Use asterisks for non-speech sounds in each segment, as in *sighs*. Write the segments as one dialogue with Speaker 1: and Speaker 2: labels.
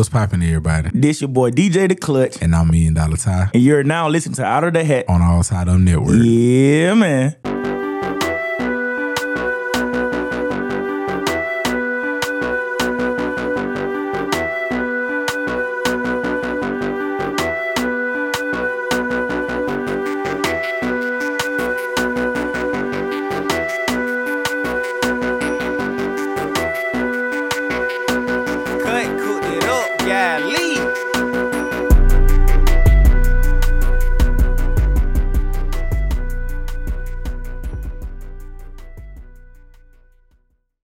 Speaker 1: What's poppin', everybody?
Speaker 2: This your boy DJ the Clutch,
Speaker 1: And I'm Million Dollar Ty
Speaker 2: and you're now listening to Out of the Hat.
Speaker 1: on All Side Up Network.
Speaker 2: Yeah, man.
Speaker 3: Cut, cooked it up, golly.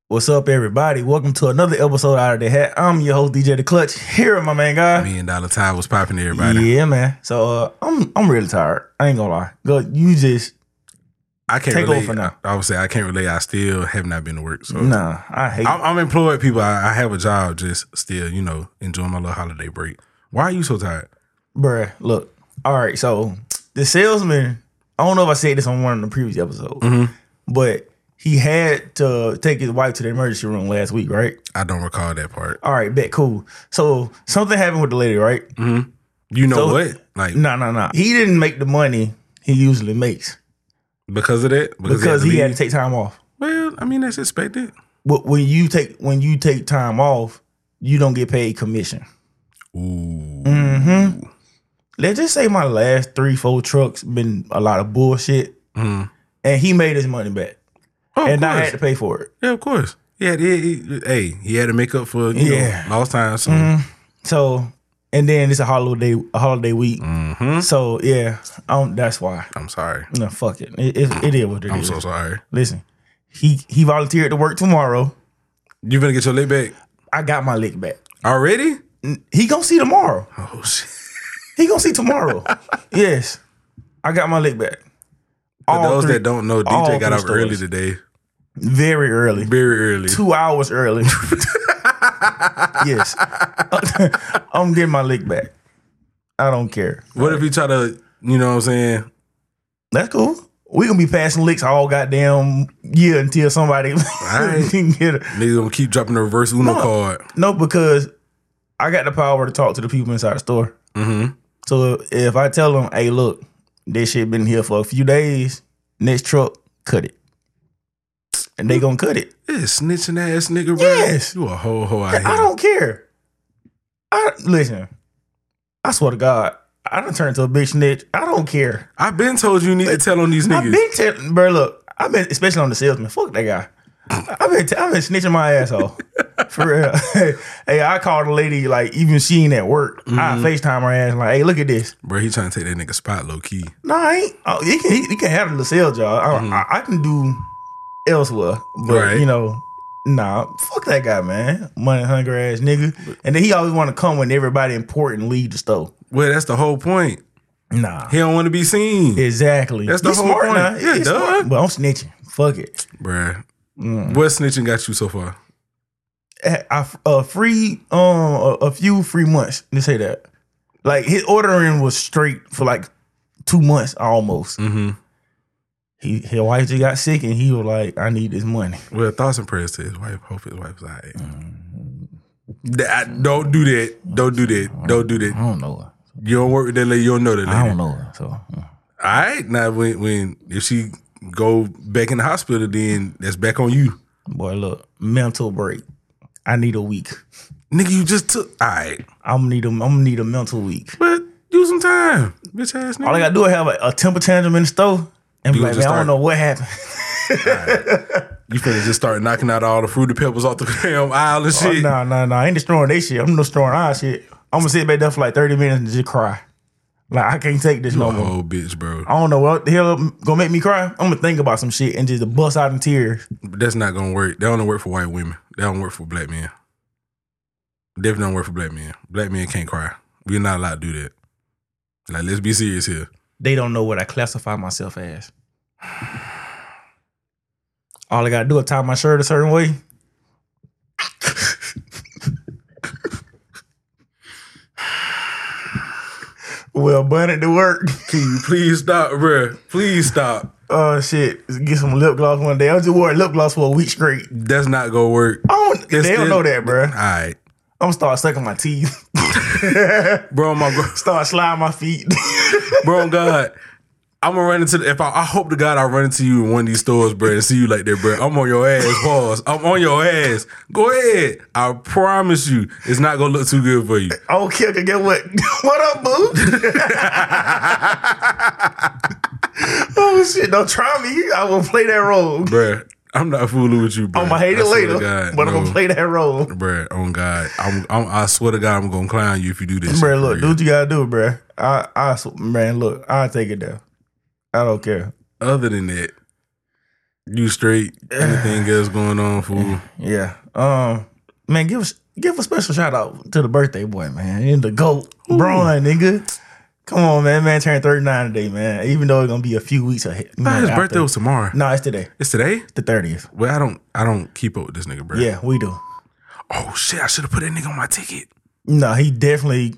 Speaker 2: What's up, everybody? Welcome to another episode of Out of the Hat. I'm your host DJ the Clutch. Here, my man guy.
Speaker 1: Million Dollar Ty was poppin', everybody.
Speaker 2: Yeah, man. So uh, I'm I'm really tired. I ain't gonna lie. Go, you just
Speaker 1: I can't
Speaker 2: Take
Speaker 1: relate.
Speaker 2: over now.
Speaker 1: I would say I can't relate. I still have not been to work. So
Speaker 2: nah. I hate.
Speaker 1: I'm, I'm employed, people. I, I have a job, just still, you know, enjoying my little holiday break. Why are you so tired?
Speaker 2: Bruh, look. All right, so the salesman, I don't know if I said this on one of the previous episodes, but he had to take his wife to the emergency room last week, right?
Speaker 1: I don't recall that part.
Speaker 2: All right, bet, cool. So something happened with the lady, right?
Speaker 1: You know
Speaker 2: So-
Speaker 1: what? Like,
Speaker 2: No, no, no. He didn't make the money he usually makes
Speaker 1: because of that? Because,
Speaker 2: because he had to
Speaker 1: leave?
Speaker 2: take time off.
Speaker 1: Well, I mean, that's expected.
Speaker 2: But when you take when you take time off, you don't get paid commission.
Speaker 1: Ooh.
Speaker 2: Mm. Let's just say my last three, four trucks been a lot of bullshit,
Speaker 1: Mm-hmm.
Speaker 2: and he made his money back,
Speaker 1: Oh, of
Speaker 2: and I
Speaker 1: course.
Speaker 2: had to pay for it.
Speaker 1: Yeah, of course. Yeah, he, he- hey, he had to make up for you
Speaker 2: Yeah. Mm-hmm.
Speaker 1: know, lost time. So
Speaker 2: So, and then it's a holiday, a holiday week.
Speaker 1: Mm-hmm.
Speaker 2: So yeah, um, that's why.
Speaker 1: I'm sorry.
Speaker 2: No, fuck it. It, it, it is what it
Speaker 1: I'm
Speaker 2: is.
Speaker 1: so sorry.
Speaker 2: Listen, he he volunteered to work tomorrow.
Speaker 1: You gonna get your leg back
Speaker 2: I got my lick back.
Speaker 1: already?
Speaker 2: He gonna see tomorrow.
Speaker 1: Oh shit!
Speaker 2: He gonna
Speaker 1: *laughs*
Speaker 2: see tomorrow. yes, I got my lick back.
Speaker 1: For
Speaker 2: All
Speaker 1: those
Speaker 2: three-
Speaker 1: that don't know,
Speaker 2: all
Speaker 1: DJ got up
Speaker 2: three
Speaker 1: early
Speaker 2: stories.
Speaker 1: today,
Speaker 2: very early,
Speaker 1: very early.
Speaker 2: two hours early. yes, *laughs* I'm getting my lick back. I don't care.
Speaker 1: What if you try to, you know, what I'm saying?
Speaker 2: That's cool. We gonna be passing licks all goddamn year until somebody *laughs*
Speaker 1: right.
Speaker 2: can get it.
Speaker 1: Niggas gonna keep dropping the reverse Uno
Speaker 2: No.
Speaker 1: card.
Speaker 2: No, because I got the power to talk to the people inside the store.
Speaker 1: Mm-hmm.
Speaker 2: So if I tell them, "Hey, look, this shit been here for a few days. Next truck, cut it," and they gonna cut it.
Speaker 1: Yeah, snitching ass nigga, bro.
Speaker 2: Yes.
Speaker 1: You a whole hoe out here.
Speaker 2: I don't care. I listen. I swear to God, I done turned to a bitch snitch. I don't care.
Speaker 1: I've been told you need to tell on these
Speaker 2: I've
Speaker 1: niggas.
Speaker 2: been telling, bro. Look, I've been especially on the salesman. Fuck that guy. I've been, I've been snitching my asshole for real. *laughs* hey, I called a lady like even she ain't at work. I Facetime her ass like, hey, look at this.
Speaker 1: Bro, he trying to take that nigga spot low key.
Speaker 2: No, I ain't. Oh, you can you can have the sales job. I, I, I can do elsewhere, but
Speaker 1: Mm-hmm. Right.
Speaker 2: you know, nah, fuck that guy, man. Money hungry ass nigga. And then he always want to come when everybody important leave the store.
Speaker 1: Well, that's the whole point.
Speaker 2: Nah,
Speaker 1: He don't want to be seen,
Speaker 2: exactly.
Speaker 1: That's the
Speaker 2: You
Speaker 1: whole
Speaker 2: smart
Speaker 1: point.
Speaker 2: Now.
Speaker 1: Yeah,
Speaker 2: You
Speaker 1: duh. Mm.
Speaker 2: smart, but I'm snitching. Fuck it.
Speaker 1: Bruh. What snitching got you so far?
Speaker 2: I, I- uh, free um a, a few free months. Let's say that. Like his ordering was straight for like two months almost.
Speaker 1: Mm-hmm.
Speaker 2: He his wife just got sick and he was like, I need this money.
Speaker 1: Well, thoughts and prayers to his wife. Hope his wife's all right. Th- I- Don't do that. Don't do that. Don't do
Speaker 2: I
Speaker 1: that.
Speaker 2: don't know.
Speaker 1: You don't work with that lady. You don't know that lady.
Speaker 2: I don't know her, so mm.
Speaker 1: All right. Now, when, when if she go back in the hospital, then that's back on you.
Speaker 2: boy, look, mental break. I need a week.
Speaker 1: Nigga, you just took. All right.
Speaker 2: I'm gonna need a, I'm gonna need a mental week.
Speaker 1: But do some time. Bitch ass nigga.
Speaker 2: All I gotta do is have a, a temper tantrum in the store and be
Speaker 1: You
Speaker 2: like,
Speaker 1: just
Speaker 2: man, I
Speaker 1: start-
Speaker 2: don't know
Speaker 1: *laughs*
Speaker 2: what happened.
Speaker 1: you finna just start knocking out all the fruity pebbles off the *laughs* damn aisle and shit.
Speaker 2: Oh, Nah, nah, nah. I ain't destroying that shit. I'm destroying our shit. I'm gonna sit back there for like 30 minutes and just cry. Like I can't take this no
Speaker 1: Oh,
Speaker 2: more.
Speaker 1: bitch, bro.
Speaker 2: I don't know what the hell gonna make me cry. I'm gonna think about some shit and just bust out in tears.
Speaker 1: But that's not gonna work. That only work for white women. That don't work for black men. Definitely don't work for black men. Black men can't cry. We're not allowed to do that. Like, let's be serious here.
Speaker 2: They don't know what I classify myself as. All I gotta do is tie my shirt a certain way. well, bun it to work.
Speaker 1: Can you please stop, bruh? Please stop.
Speaker 2: Oh shit! Get some lip gloss one day. I just wore lip gloss for a week straight.
Speaker 1: That's not gonna work.
Speaker 2: I don't,
Speaker 1: It's
Speaker 2: they don't
Speaker 1: still-
Speaker 2: know that, bruh.
Speaker 1: All right.
Speaker 2: I'm gonna start sucking my teeth. *laughs*
Speaker 1: bro. My gr-
Speaker 2: Start sliding my feet.
Speaker 1: *laughs*
Speaker 2: *laughs*
Speaker 1: bro, God, I'm gonna run into the, if I, I hope to God I run into you in one of these stores, bro, and see you like that, bro. I'm on your ass, pause. I'm on your ass. Go ahead. I promise you, it's not gonna look too good for you.
Speaker 2: Oh, Kilka, get what? *laughs* What up, boo? *laughs* oh shit! Don't try me. I will play that role.
Speaker 1: Bruh, I'm not fooling with you, bro.
Speaker 2: I'm gonna hate it later, but I'm gonna play that role.
Speaker 1: Bruh, on God, I'm, I'm, I swear to God, I'm gonna clown you if you do this.
Speaker 2: Bruh,
Speaker 1: shit,
Speaker 2: look,
Speaker 1: for
Speaker 2: do
Speaker 1: real.
Speaker 2: what you gotta do, bruh. I, I, sw- man, look, I take it down. I don't care.
Speaker 1: Other than that, you straight.
Speaker 2: *sighs*
Speaker 1: Anything else going on, fool?
Speaker 2: Yeah. Um, man, give us give a special shout out to the birthday boy, man, and the goat, Braun, nigga. Come on, man, man, turned 39 today, man. Even though it's gonna be a few weeks ahead.
Speaker 1: Nah, his birthday was tomorrow.
Speaker 2: No, it's today.
Speaker 1: It's today.
Speaker 2: It's the 30th.
Speaker 1: Well, I don't, I don't keep up with this nigga, bro.
Speaker 2: Yeah, we do.
Speaker 1: Oh shit! I should have put that nigga on my ticket.
Speaker 2: No, he definitely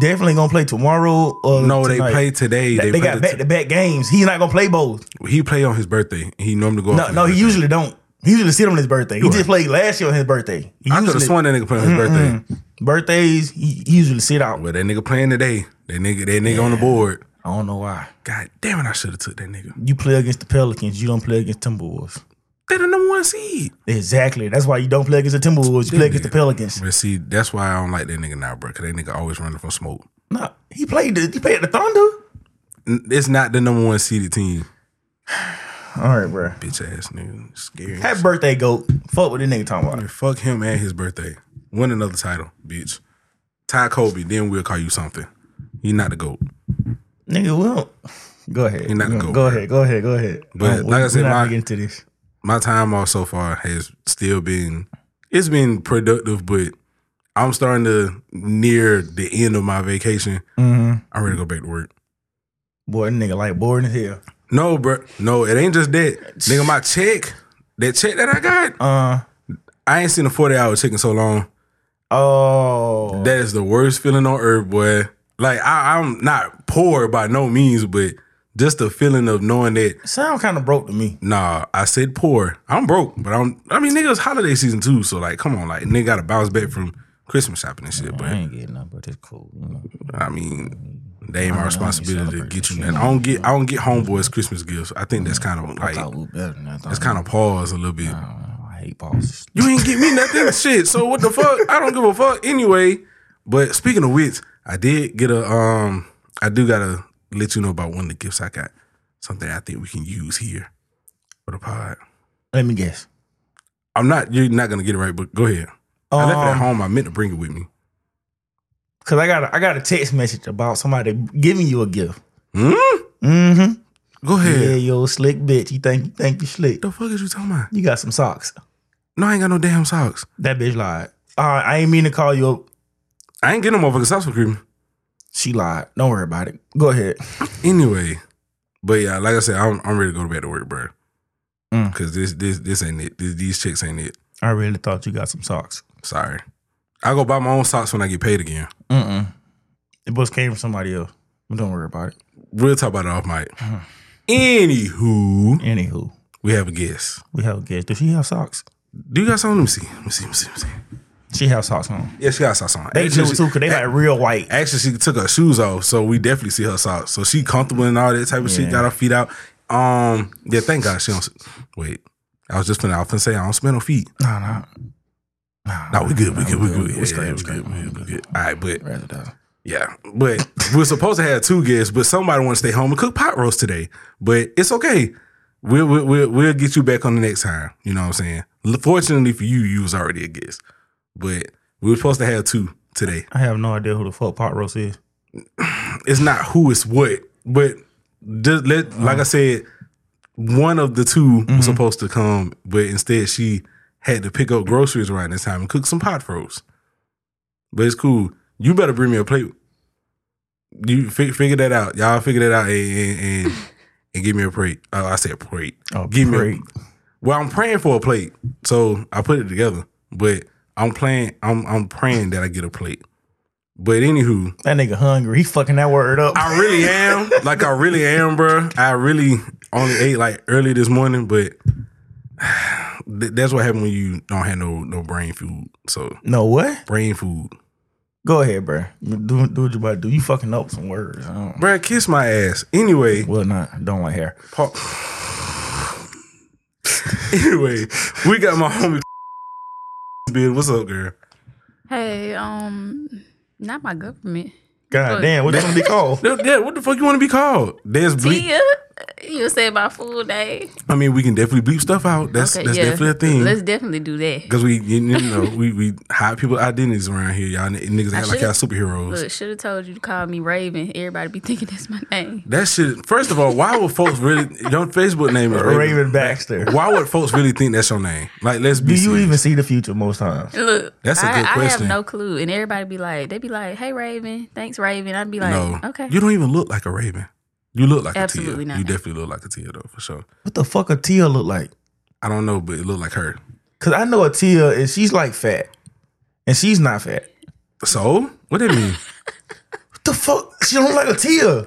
Speaker 2: definitely gonna play tomorrow or
Speaker 1: No, they
Speaker 2: tonight.
Speaker 1: play today.
Speaker 2: They,
Speaker 1: They, play
Speaker 2: got
Speaker 1: the
Speaker 2: back to back games. He's not gonna play both.
Speaker 1: he play on his birthday. He normally go.
Speaker 2: No, no, he usually don't. He usually sit on his birthday. He just played last year on his birthday. He
Speaker 1: I could have
Speaker 2: usually-
Speaker 1: sworn that nigga playing on his birthday.
Speaker 2: birthdays, he he usually sit out.
Speaker 1: But that nigga playing today. That nigga, that nigga on the board.
Speaker 2: I don't know why.
Speaker 1: God damn it! I should have took that nigga.
Speaker 2: You play against the Pelicans, you don't play against Timberwolves.
Speaker 1: They the number one seed.
Speaker 2: Exactly. That's why you don't play against the Timberwolves. You play against the Pelicans.
Speaker 1: But see, that's why I don't like that nigga now, bro. Cause that nigga always running from smoke.
Speaker 2: No, he played. The, he played the Thunder.
Speaker 1: N- It's not the number one seeded team.
Speaker 2: All right, bro.
Speaker 1: Bitch ass nigga, scary.
Speaker 2: Happy birthday, goat. Fuck what this nigga talking about.
Speaker 1: Fuck him and his birthday. Win another title, bitch. Ty Kobe, then we'll call you something. He not the goat.
Speaker 2: Nigga, we don't. Go ahead.
Speaker 1: not
Speaker 2: We
Speaker 1: the goat,
Speaker 2: don't- Go
Speaker 1: bro.
Speaker 2: ahead. Go ahead. Go ahead.
Speaker 1: But
Speaker 2: Um,
Speaker 1: like I
Speaker 2: we-
Speaker 1: said,
Speaker 2: we not
Speaker 1: my-
Speaker 2: gonna get into this.
Speaker 1: my time off so far has still been it's been productive, but I'm starting to near the end of my vacation. I'm ready to go back to work.
Speaker 2: Boy, that nigga like boring as hell.
Speaker 1: No, bro, no, it ain't just that, nigga. My check, that check that I got,
Speaker 2: Uh
Speaker 1: I ain't seen a 40 hour check in so long.
Speaker 2: oh.
Speaker 1: That is the worst feeling on earth, boy. Like I, I'm not poor by no means, but just the feeling of knowing that
Speaker 2: sound kind of broke to me.
Speaker 1: Nah, I said poor. I'm broke, but I'm. I mean, nigga, it's holiday season too. So like, come on, like, nigga got to bounce back from Christmas shopping and shit. But
Speaker 2: ain't getting nothing, but it's cool. You know.
Speaker 1: I mean, they ain't my responsibility to
Speaker 2: celebrate
Speaker 1: get you.
Speaker 2: this
Speaker 1: And I don't get. I don't get homeboys Christmas gifts. I think that's kind of like
Speaker 2: we better than that.
Speaker 1: that's kind of pause a little bit.
Speaker 2: I hate bosses.
Speaker 1: You ain't get me
Speaker 2: *laughs*
Speaker 1: nothing, shit. So what the fuck? I don't give a fuck anyway. But speaking of which, I did get a um. I do gotta let you know about one of the gifts I got. Something I think we can use here for the pod.
Speaker 2: Let me guess.
Speaker 1: I'm not. You're not gonna get it right, but go ahead. I left it at
Speaker 2: Um,
Speaker 1: home. I meant to bring it with me.
Speaker 2: Cause I got a, I got a text message about somebody giving you a gift. Mm-hmm.
Speaker 1: Go
Speaker 2: Hmm? Yeah,
Speaker 1: ahead.
Speaker 2: yo, slick bitch. You think you think you slick?
Speaker 1: The fuck is you talking about?
Speaker 2: You got some socks.
Speaker 1: No, I ain't got no damn socks.
Speaker 2: That bitch lied. Uh, I ain't mean to call you. up.
Speaker 1: I ain't getting no motherfucking socks for cream.
Speaker 2: She lied. Don't worry about it. Go ahead.
Speaker 1: Anyway, but yeah, like I said, I'm, I'm ready to go back to work, bro.
Speaker 2: Mm.
Speaker 1: Cause this this this ain't it. This, these chicks ain't it.
Speaker 2: I really thought you got some socks.
Speaker 1: Sorry. I go buy my own socks when I get paid again.
Speaker 2: Mm-mm. It was came from somebody else. But don't worry about it.
Speaker 1: We'll talk about it off mic. Anywho,
Speaker 2: Anywho,
Speaker 1: we have a guest.
Speaker 2: we have a guest. Does she have socks?
Speaker 1: Do you got something? Let me see. Let me see. Let me see. Let me see.
Speaker 2: She has socks on.
Speaker 1: Yeah, she got socks on.
Speaker 2: They
Speaker 1: Actually,
Speaker 2: do
Speaker 1: she-
Speaker 2: too, cause they like real white.
Speaker 1: actually she took her shoes off, so we definitely see her socks. So she comfortable and all that type of shit. Got her feet out. Um, yeah, thank God she don't. Wait, I was just gonna, I was gonna say I don't smell no feet.
Speaker 2: No, no.
Speaker 1: No, we good, we good, we good,
Speaker 2: We
Speaker 1: we good,
Speaker 2: straight,
Speaker 1: yeah,
Speaker 2: we
Speaker 1: we
Speaker 2: straight.
Speaker 1: good, we good, we good. All right, but
Speaker 2: Rather than.
Speaker 1: yeah, but we're supposed to have two guests, but somebody want to stay home and cook pot roast today. But it's okay. We'll, we'll we'll we'll get you back on the next time. You know what I'm saying? L- Fortunately for you, you was already a guest, but we were supposed to have two today.
Speaker 2: I have no idea who the fuck Pot Roast is.
Speaker 1: it's not who it's what, but just let like I said, one of the 2 was supposed to come, but instead she had to pick up groceries around this time and cook some pot roast. But it's cool. You better bring me a plate. You fi- figure that out, y'all. Figure that out and and, and, and give me a plate. Uh, I said plate.
Speaker 2: Oh,
Speaker 1: give me.
Speaker 2: great.
Speaker 1: A, well, I'm praying for a plate, so I put it together. But I'm playing. I'm I'm praying that I get a plate. But anywho,
Speaker 2: That nigga hungry. He fucking that word up.
Speaker 1: I really am. Like I really am, bro. I really only ate like early this morning, but *sighs* Th- that's what happened when you don't have no no brain food. So
Speaker 2: No what?
Speaker 1: brain food,
Speaker 2: Go ahead, bro. Do, do what you about to do. You fucking up some words. I don't,
Speaker 1: bruh, Kiss my ass. Anyway, *laughs*
Speaker 2: well, not don't like hair.
Speaker 1: pa- anyway, we got my homie. *laughs* Bill, what's up, girl?
Speaker 4: Hey, um, not my government.
Speaker 2: God
Speaker 4: Look.
Speaker 2: damn, what you gonna be
Speaker 1: *laughs*
Speaker 2: called?
Speaker 1: No, Yeah, what the fuck you want to be called? There's bleep.
Speaker 4: Tia, uh, you say my full name.
Speaker 1: I mean, we can definitely bleep stuff out. That's that's definitely a thing.
Speaker 4: Let's definitely do that.
Speaker 1: Because we, you know, we we hide people identities around here. Y'all n- niggas act like
Speaker 4: should've-
Speaker 1: y'all superheroes.
Speaker 4: Look, should have told you to call me Raven. Everybody be thinking that's my name.
Speaker 1: That shit. First of all, why would folks really your Facebook name is Raven?
Speaker 2: Raven Baxter.
Speaker 1: Why would folks really think that's your name? Like, let's be.
Speaker 2: Do you
Speaker 1: serious.
Speaker 2: even see the future most times?
Speaker 4: Look,
Speaker 1: That's a
Speaker 4: I-
Speaker 1: good
Speaker 4: I have
Speaker 1: question.
Speaker 4: no clue, and everybody be like, they be like, "Hey, Raven, thanks, Raven." I'd be *laughs* like,
Speaker 1: no?
Speaker 4: "Okay,
Speaker 1: You don't even look like a Raven. You look like
Speaker 4: Absolutely
Speaker 1: a Tia.
Speaker 4: not.
Speaker 1: You definitely look like a Tia though, for sure.
Speaker 2: What the fuck a Tia look like?
Speaker 1: I don't know, but it looked like her.
Speaker 2: Cause I know a Tia is she's like fat, and she's not fat.
Speaker 1: So what that
Speaker 2: *laughs*
Speaker 1: mean?
Speaker 2: What the fuck? She don't look like a Tia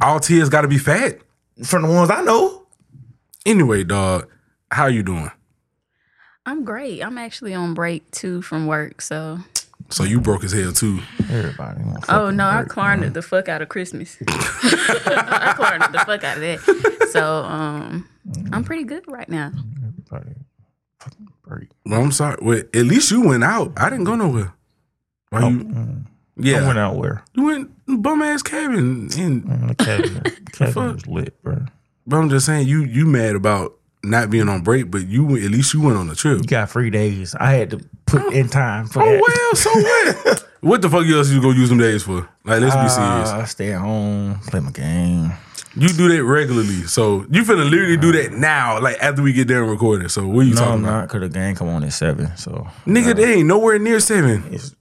Speaker 1: all Tia's got to be fat.
Speaker 2: from the ones I know.
Speaker 1: Anyway, dog, how you doing?
Speaker 4: I'm great. I'm actually on break too from work, so."
Speaker 1: So you broke as hell too.
Speaker 2: Everybody. wanna fuck
Speaker 4: Oh no, I clarned the fuck out of
Speaker 1: *laughs*
Speaker 4: Christmas. *laughs* I clarned the fuck out of that. So um, I'm pretty good right now.
Speaker 2: everybody. Fucking break.
Speaker 1: Well, I'm sorry. Well, at least you went out. I didn't go nowhere. Why you? Yeah,
Speaker 2: Oh, mm. I went out where?
Speaker 1: you went bum ass cabin and
Speaker 2: In Mm, *laughs* the cabin. cabin was lit, bro.
Speaker 1: But I'm just saying, you you mad about not being on break, but you at least you went on a trip.
Speaker 2: You got three days. I had to put in time for
Speaker 1: Oh
Speaker 2: that.
Speaker 1: well, so what? *laughs* what the fuck else you gonna use them days for? Like, let's be serious.
Speaker 2: Uh, stay at home, play my game.
Speaker 1: You do that regularly, so you finna literally do that now, like after we get done recording. So what are you
Speaker 2: No,
Speaker 1: talking
Speaker 2: I'm
Speaker 1: about,
Speaker 2: not. Cause the game come on at seven, so
Speaker 1: nigga? They ain't nowhere near seven.
Speaker 2: it's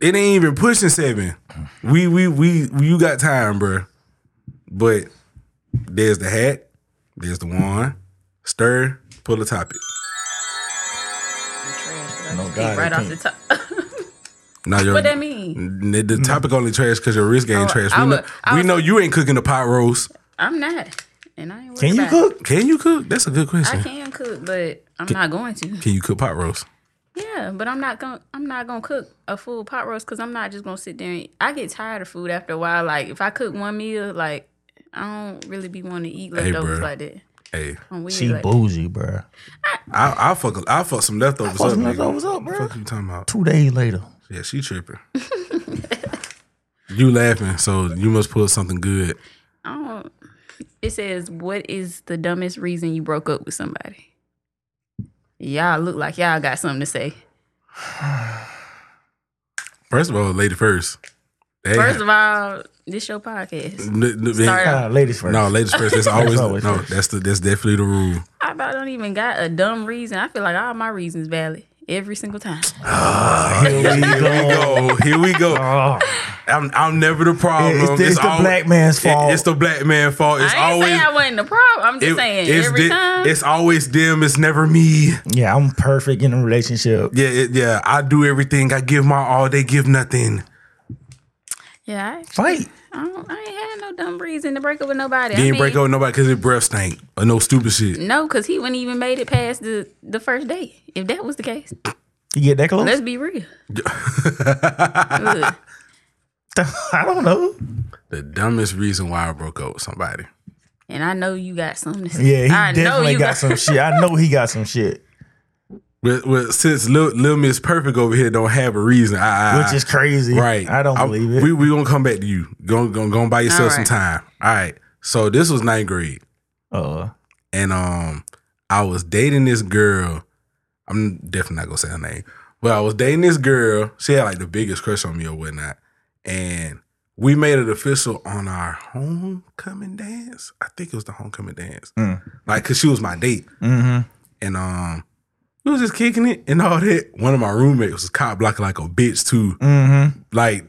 Speaker 1: It ain't even pushing seven. We we we you got time, bruh. But there's the hat, there's the wand. Stir, pull a topic.
Speaker 2: No, God,
Speaker 4: Eat right
Speaker 2: I
Speaker 4: off the
Speaker 2: can't.
Speaker 4: top. *laughs*
Speaker 1: Now you're
Speaker 4: what that mean?
Speaker 1: N- The topic only trash because your wrist game
Speaker 4: Oh,
Speaker 1: trash.
Speaker 4: I
Speaker 1: We,
Speaker 4: would-
Speaker 1: know,
Speaker 4: I
Speaker 1: we
Speaker 4: would-
Speaker 1: know you ain't cooking the pot roast.
Speaker 4: I'm not, and I ain't. worried
Speaker 2: Can you
Speaker 4: about it.
Speaker 2: cook?
Speaker 1: Can you cook? That's a good question.
Speaker 4: I
Speaker 1: can.
Speaker 4: can cook, but I'm not going to.
Speaker 1: you cook pot roast?
Speaker 4: Yeah, but I'm not gonna I'm not gonna cook a full pot roast because I'm not just gonna sit there. and I get tired of food after a while. Like if I cook one meal, like I don't really be wanting to eat leftovers
Speaker 1: bruh.
Speaker 4: like that.
Speaker 1: Hey,
Speaker 4: I'm weird.
Speaker 2: She
Speaker 4: like,
Speaker 2: bougie, bro.
Speaker 1: I, I'll fuck. I'll fuck some leftovers
Speaker 2: fuck
Speaker 1: up.
Speaker 2: some
Speaker 1: nigga.
Speaker 2: leftovers up,
Speaker 1: What
Speaker 2: bruh.
Speaker 1: the fuck you talking about?
Speaker 2: Two days later,
Speaker 1: Yeah, she tripping. you laughing, so you must pull something good.
Speaker 4: I don't. It says, "What is the dumbest reason you broke up with somebody?" Y'all look like y'all got something to say.
Speaker 1: First of all, lady first. Hey,
Speaker 4: First of all, this your podcast.
Speaker 1: n- n-
Speaker 4: start
Speaker 1: man,
Speaker 2: Ah, ladies first.
Speaker 1: no, ladies first. That's always,
Speaker 2: always
Speaker 1: no.
Speaker 2: first.
Speaker 1: That's the that's definitely the rule.
Speaker 4: I about don't even got a dumb reason. I feel like all my reasons valid every single time.
Speaker 2: Here we go.
Speaker 1: Oh, here we go.
Speaker 2: Oh,
Speaker 1: I'm I'm never the problem.
Speaker 2: It's the- it's the
Speaker 1: al-
Speaker 2: black man's
Speaker 1: it-
Speaker 2: fault.
Speaker 1: it's the black man fault. It's
Speaker 4: I ain't
Speaker 1: always
Speaker 4: saying I wasn't the problem. I'm just
Speaker 1: It-
Speaker 4: saying
Speaker 1: it's
Speaker 4: every
Speaker 1: the-
Speaker 4: time.
Speaker 1: It's always them. It's never me.
Speaker 2: yeah, I'm perfect in a relationship.
Speaker 1: Yeah, it, yeah. I do everything. I give my all. They give nothing.
Speaker 4: yeah, I,
Speaker 2: Fight.
Speaker 4: I, don't, I ain't had no dumb reason to break up with nobody.
Speaker 1: They
Speaker 4: I
Speaker 1: ain't break up
Speaker 4: mean,
Speaker 1: with nobody because it breath stank or no stupid shit.
Speaker 4: No, because he wouldn't even made it past the the first date. If that was the case,
Speaker 2: You get that
Speaker 1: Oh.
Speaker 2: close?
Speaker 4: let's be
Speaker 1: *laughs*
Speaker 4: real. Look,
Speaker 2: *laughs* I don't know.
Speaker 1: The dumbest reason why I broke up with somebody.
Speaker 4: and I know you got something to say.
Speaker 2: Yeah, he
Speaker 4: I know
Speaker 2: definitely
Speaker 4: you
Speaker 2: got, some shit. I know he got some shit,
Speaker 1: Well, well since Lil, Lil Miss Perfect over here don't have a reason, I, I,
Speaker 2: which is crazy.
Speaker 1: right.
Speaker 2: I don't
Speaker 1: I'm-
Speaker 2: believe it.
Speaker 1: We we gonna come back to you. Go go go and buy yourself some
Speaker 4: right.
Speaker 1: time. All right. So this was ninth grade.
Speaker 2: uh,
Speaker 1: and um I was dating this girl. I'm definitely not gonna say her name, but I was dating this girl. She had like the biggest crush on me or whatnot, and we made it official on our homecoming dance. I think it was the homecoming dance, like because she was my date,
Speaker 2: mm-hmm,
Speaker 1: and um. We was just kicking it and all that. One of my roommates was cop blocking like a bitch too.
Speaker 2: mm-hmm.
Speaker 1: Like,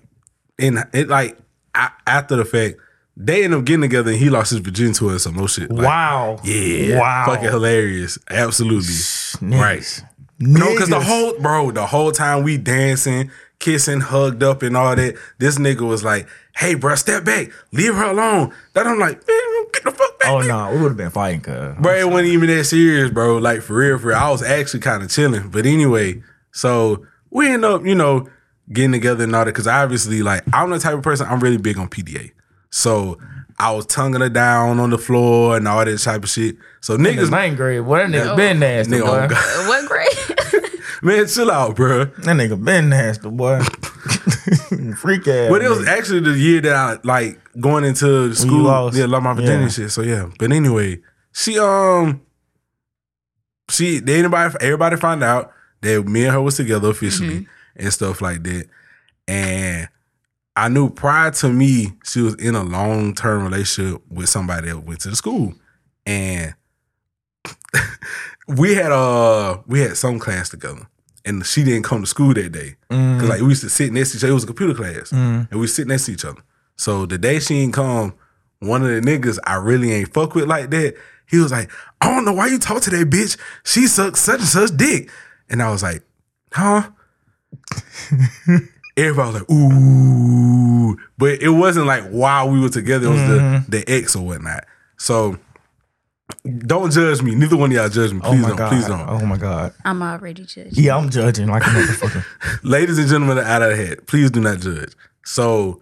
Speaker 1: and it like I, after the fact, they end up getting together and he lost his virginity to her or some no shit. Like,
Speaker 2: wow.
Speaker 1: yeah.
Speaker 2: Wow.
Speaker 1: Fucking hilarious. Absolutely.
Speaker 2: Niggas.
Speaker 1: Right. No, because the
Speaker 2: Niggas.
Speaker 1: whole bro, the whole time we dancing, kissing, hugged up, and all that, this nigga was like, "Hey, bro, step back, leave her alone." That I'm like, man, get the fuck
Speaker 2: Oh no, we would have been fighting, cuz.
Speaker 1: bro, it wasn't even that serious, bro. Like for real, for real. I was actually kind of chilling. But anyway, so we end up, you know, getting together and all that. Cause obviously, like, I'm the type of person I'm really big on PDA. So I was tonguing her down on the floor and all that type of shit. So niggas,
Speaker 2: It's ninth grade. Boy, that nigga been nasty,
Speaker 1: nigga,
Speaker 2: boy.
Speaker 1: oh, God.
Speaker 4: *laughs* What grade?
Speaker 1: man, chill out, bro.
Speaker 2: That nigga been
Speaker 1: *laughs*
Speaker 2: nasty, boy. Freak ass.
Speaker 1: But it was actually the year that I like going into school.
Speaker 2: lost.
Speaker 1: Yeah, lost my virginity
Speaker 2: Yeah.
Speaker 1: and shit. So yeah. But anyway, she um she they anybody everybody found out that me and her was together officially and stuff like that. And I knew prior to me, she was in a long term relationship with somebody that went to the school. And *laughs* we had uh we had some class together. And she didn't come to school that day.
Speaker 2: Mm-hmm.
Speaker 1: Cause like we used to sit next to each other. It was a computer class. And we sit next to each other. So the day she ain't come, one of the niggas I really ain't fuck with like that, he was like, I don't know why you talk to that bitch. She sucks such and such dick. And I was like,
Speaker 2: *laughs*
Speaker 1: huh? Everybody was like, ooh. But it wasn't like while we were together, it was
Speaker 2: Mm-hmm.
Speaker 1: the, the ex or whatnot. So don't judge me. Neither one of y'all judge me.
Speaker 2: Oh
Speaker 1: Please
Speaker 2: my
Speaker 1: don't.
Speaker 2: god.
Speaker 1: Please don't.
Speaker 2: Oh my god.
Speaker 4: *laughs* I'm already judged.
Speaker 2: Yeah, I'm judging like a motherfucker.
Speaker 1: Ladies and gentlemen out of the hat, please do not judge. So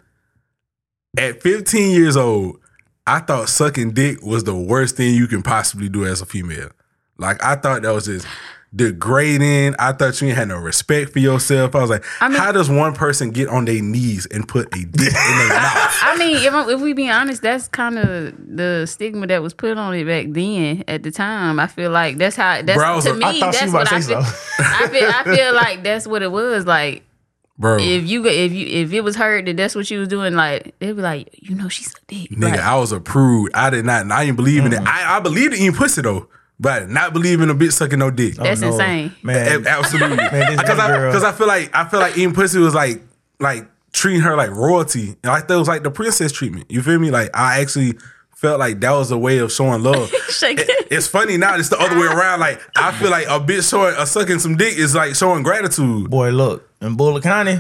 Speaker 1: at 15 years old, I thought sucking dick was the worst thing you can possibly do as a female. Like I thought that was just degrading. I thought you ain't had no respect for yourself. I was like,
Speaker 4: mean-
Speaker 1: how does one person get on their knees and put a dick in their
Speaker 4: *laughs*
Speaker 1: mouth?
Speaker 4: I mean, if, I'm, if we be honest, that's kind of the stigma that was put on it back then. At the time, I feel like that's how. That's
Speaker 1: Bro, I was-
Speaker 4: to
Speaker 1: I
Speaker 4: me.
Speaker 2: thought she was
Speaker 4: that's what
Speaker 2: about
Speaker 4: I
Speaker 2: to say
Speaker 4: feel, I feel. I
Speaker 1: *laughs*
Speaker 4: feel like that's what it was. Like
Speaker 1: Bro,
Speaker 4: if you if you if it was heard that that's what she was doing, like they'd be like, you know, she's a dick.
Speaker 1: nigga, I was a prude. I did not I didn't believe
Speaker 4: Mm.
Speaker 1: in it. I, I believed in eating pussy though, but I did not believe in a bitch sucking no dick.
Speaker 4: that's
Speaker 2: Oh, No.
Speaker 4: insane.
Speaker 1: A-
Speaker 2: Man.
Speaker 1: Absolutely,
Speaker 2: Man, this
Speaker 1: because I,
Speaker 2: girl.
Speaker 1: *laughs* 'cause I feel like I feel like eating pussy was like like treating her like royalty, and like that was like the princess treatment. You feel me? Like I actually felt like that was a way of showing love.
Speaker 4: Shake
Speaker 1: It-
Speaker 4: it.
Speaker 1: it's funny now. It's the other way around. Like I feel like a bitch showing a sucking some dick is like showing gratitude,
Speaker 2: Boy, look, in Bullock County,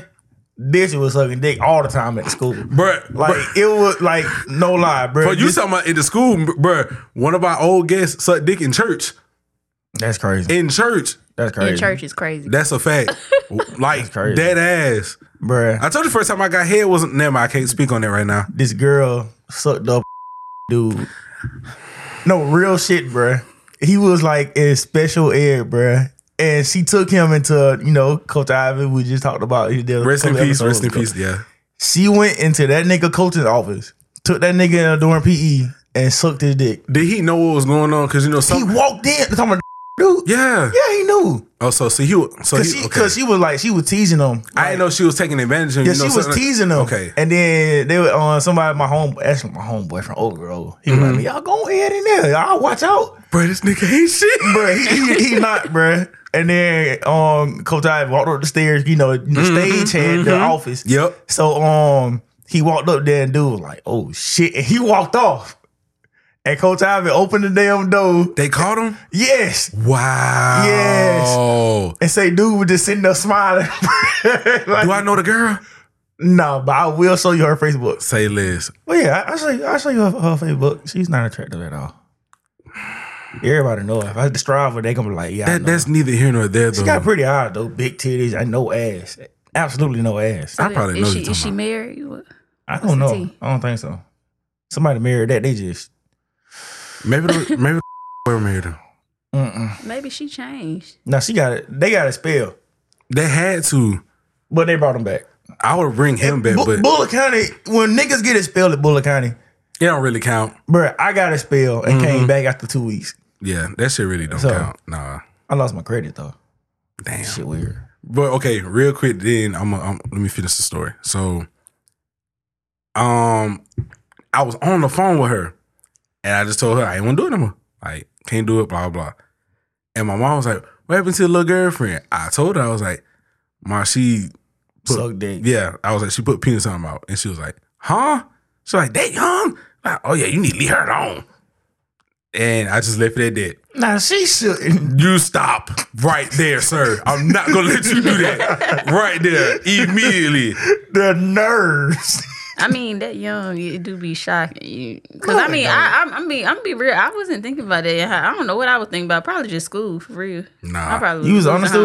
Speaker 2: bitch was sucking dick all the time at school.
Speaker 1: Bruh,
Speaker 2: Like
Speaker 1: bruh.
Speaker 2: it was like no lie, bro.
Speaker 1: But you talking about in the school, bruh? One of our old guests sucked dick in church.
Speaker 2: that's crazy.
Speaker 1: In church,
Speaker 2: That's
Speaker 4: Your
Speaker 2: crazy,
Speaker 4: church is crazy.
Speaker 1: that's a fact. like
Speaker 2: crazy.
Speaker 1: dead ass.
Speaker 2: bruh.
Speaker 1: I told you first time I got head wasn't. Never, mind, I can't speak on that right now.
Speaker 2: this girl sucked up dude. No real shit, bruh. He was like in special ed, bruh. And she took him into, you know, Coach Ivy, we just talked about. He did a
Speaker 1: Rest in
Speaker 2: couple
Speaker 1: peace. Rest
Speaker 2: episodes
Speaker 1: in
Speaker 2: ago.
Speaker 1: peace. Yeah.
Speaker 2: She went into that nigga coach's office, took that nigga in during PE, and sucked his dick.
Speaker 1: Did he know what was going on? Because you know
Speaker 2: He
Speaker 1: some.
Speaker 2: walked in, talking about dude.
Speaker 1: yeah.
Speaker 2: Yeah, he knew.
Speaker 1: Oh, so so he. wa- So
Speaker 2: Cause
Speaker 1: he,
Speaker 2: she,
Speaker 1: okay.
Speaker 2: cause she was like, she was teasing him.
Speaker 1: I didn't know she was taking advantage of him.
Speaker 2: Yeah,
Speaker 1: you know,
Speaker 2: she was
Speaker 1: something-
Speaker 2: teasing him.
Speaker 1: Okay.
Speaker 2: And then they were on somebody, my home, actually my homeboy from Old Grove. He was
Speaker 1: Mm-hmm.
Speaker 2: like, y'all go ahead in there. Y'all watch out.
Speaker 1: Bro, this nigga ain't shit.
Speaker 2: Bruh, he,
Speaker 1: *laughs*
Speaker 2: he, he not, bruh. And then um, Coach Ivy walked up the stairs, you know, the stage had the office.
Speaker 1: Mm-hmm, Yep.
Speaker 2: So um, he walked up there and dude was like, oh shit. And he walked off. And Coach Ivy opened the damn door.
Speaker 1: They caught him.
Speaker 2: Yes.
Speaker 1: Wow.
Speaker 2: Yes. And say, dude was just sitting there smiling. *laughs* like,
Speaker 1: Do I know the girl?
Speaker 2: no, but I will show you her Facebook.
Speaker 1: Say less.
Speaker 2: Well, yeah, I, I show you. I show you her, her Facebook. She's not attractive at all. Everybody know her. if I describe her, they gonna be like, yeah, I
Speaker 1: That Mm.
Speaker 2: know.
Speaker 1: that's neither here nor there though.
Speaker 2: she got pretty eyes though, big titties and no ass. Absolutely no ass.
Speaker 1: I probably know what
Speaker 4: is she
Speaker 1: you're
Speaker 4: is she
Speaker 1: talking
Speaker 4: married? What-
Speaker 2: I don't
Speaker 4: What's the
Speaker 2: know.
Speaker 4: tea?
Speaker 2: I don't think so. Somebody married that. They just
Speaker 1: maybe the, maybe the *laughs* boy married him.
Speaker 2: mm-mm.
Speaker 4: Maybe she changed.
Speaker 2: now she got it. They got a spell,
Speaker 1: They had to.
Speaker 2: but they brought him back.
Speaker 1: I would bring him back,
Speaker 2: Bu-
Speaker 1: but
Speaker 2: Bullock County, when niggas get a spell at Bullock County,
Speaker 1: it don't really count.
Speaker 2: bruh, I got a spell
Speaker 1: Mm-hmm.
Speaker 2: and came back after two weeks.
Speaker 1: Yeah, that shit really don't
Speaker 2: So-
Speaker 1: count. Nah.
Speaker 2: I lost my credit though.
Speaker 1: Damn.
Speaker 2: Shit weird.
Speaker 1: But okay, real quick, then I'm, i let me finish the story. So, um, I was on the phone with her, and I just told her I ain't want to do it no more. Like, can't do it. Blah blah. And my mom was like, "What happened to your little girlfriend?" I told her I was like, "Ma, she
Speaker 2: Suck dick.
Speaker 1: yeah." I was like, "She put penis on her mouth," and she was like, "Huh?" She's like, "That young?" Like, oh yeah, you need to leave her alone. And I just left it at that.
Speaker 2: Now she shouldn't.
Speaker 1: You stop right there, sir. I'm not gonna let you do that. Right there, immediately.
Speaker 2: The nerves.
Speaker 4: I mean, that young, it do be shocking. Because I mean, I, I, I mean, I'm be real. I wasn't thinking about that. I don't know what I was thinking about. Probably just school for real.
Speaker 1: Nah.
Speaker 4: I probably
Speaker 2: You was an
Speaker 4: behind. Mm-hmm.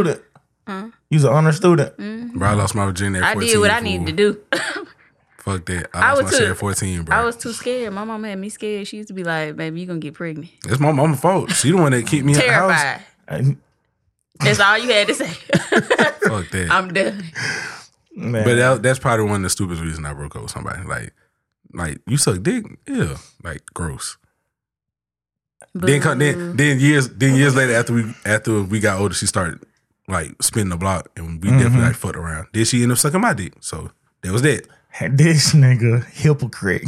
Speaker 2: honor student. You was an honor student.
Speaker 1: Bro, I lost my virginity at
Speaker 4: I
Speaker 1: 14.
Speaker 4: did what I
Speaker 1: fool.
Speaker 4: needed to do.
Speaker 1: Fuck that. I,
Speaker 4: I
Speaker 1: lost
Speaker 4: was
Speaker 1: my shit
Speaker 4: too-
Speaker 1: at 14, bro.
Speaker 4: *laughs* I was too scared. My mom had me scared. She used to be like, "Baby, you gonna get pregnant."
Speaker 1: it's my mama's fault. She the one that kicked me out the house.
Speaker 2: *laughs*
Speaker 4: Terrified.
Speaker 2: And-
Speaker 4: That's all you had to say. *laughs*
Speaker 1: Fuck that.
Speaker 4: I'm done.
Speaker 2: man.
Speaker 1: But that, that's probably one of the stupidest reasons I broke up with somebody. Like, like you suck dick, yeah, like gross. Then, co-
Speaker 4: Boo.
Speaker 1: then, then years, then years later, after we after we got older, she started like spinning the block, and
Speaker 4: Mm-hmm.
Speaker 1: we definitely like fucked around. Then she ended up sucking my dick, so that was that.
Speaker 2: *laughs* this nigga hypocrite,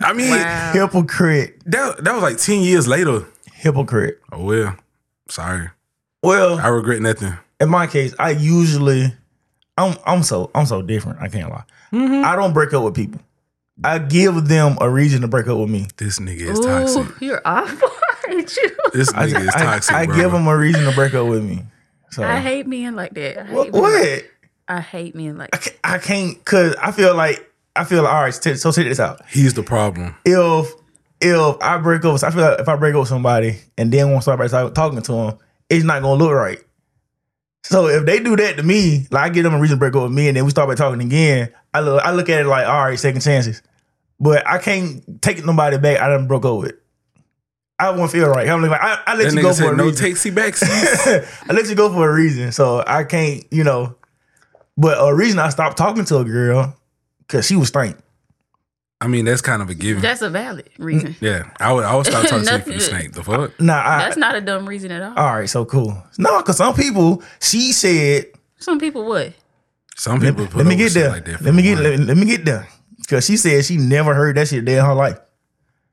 Speaker 1: I mean,
Speaker 4: Wow.
Speaker 2: hypocrite,
Speaker 1: that that was like ten years later.
Speaker 2: hypocrite.
Speaker 1: Oh well, sorry,
Speaker 2: Well,
Speaker 1: I regret nothing.
Speaker 2: in my case, I usually I'm I'm so I'm so different. I can't lie.
Speaker 4: Mm-hmm.
Speaker 2: I don't break up with people. I give them a reason to break up with me.
Speaker 1: This nigga is toxic.
Speaker 4: Ooh, you're awful, *laughs* aren't you?
Speaker 1: This
Speaker 2: I,
Speaker 1: nigga is
Speaker 2: I-
Speaker 1: toxic.
Speaker 2: I
Speaker 1: bro.
Speaker 2: give them a reason to break up with me. So
Speaker 4: I hate being like that. I hate
Speaker 2: what?
Speaker 4: being like-
Speaker 2: what?
Speaker 4: I hate being like
Speaker 2: I ca- I can't cause I feel like I feel like all right. t- So check this out.
Speaker 1: He's the problem.
Speaker 2: If if I break up, I feel like if I break up with somebody and then want somebody start talking to them, it's not gonna look right. So if they do that to me, like I give them a reason to break up with me, and then we start by talking again, I look I look at it like all right, second chances. But I can't take nobody back. I done broke up with. I won't feel right. I'm like I, I let
Speaker 1: That
Speaker 2: you
Speaker 1: nigga
Speaker 2: go for a
Speaker 1: said no
Speaker 2: reason.
Speaker 1: takesy backsies.
Speaker 2: *laughs* I let you go for a reason. So I can't, you know. But a reason I stopped talking to a girl because she was stank.
Speaker 1: I mean, that's kind of a given.
Speaker 4: that's a valid reason.
Speaker 1: yeah, I would. I would stop talking to you if you
Speaker 4: Nothing.
Speaker 1: snake. The fuck.
Speaker 2: Nah, *laughs* I,
Speaker 4: That's not a dumb reason at all.
Speaker 2: all right, so cool. No, because some people, she said,
Speaker 4: Some people would.
Speaker 1: Some people put
Speaker 2: let me
Speaker 1: up
Speaker 2: get
Speaker 1: with shit
Speaker 2: there.
Speaker 1: Like that for
Speaker 2: let me get
Speaker 1: money.
Speaker 2: let, let me get there. Because she said she never heard that shit a day in her life.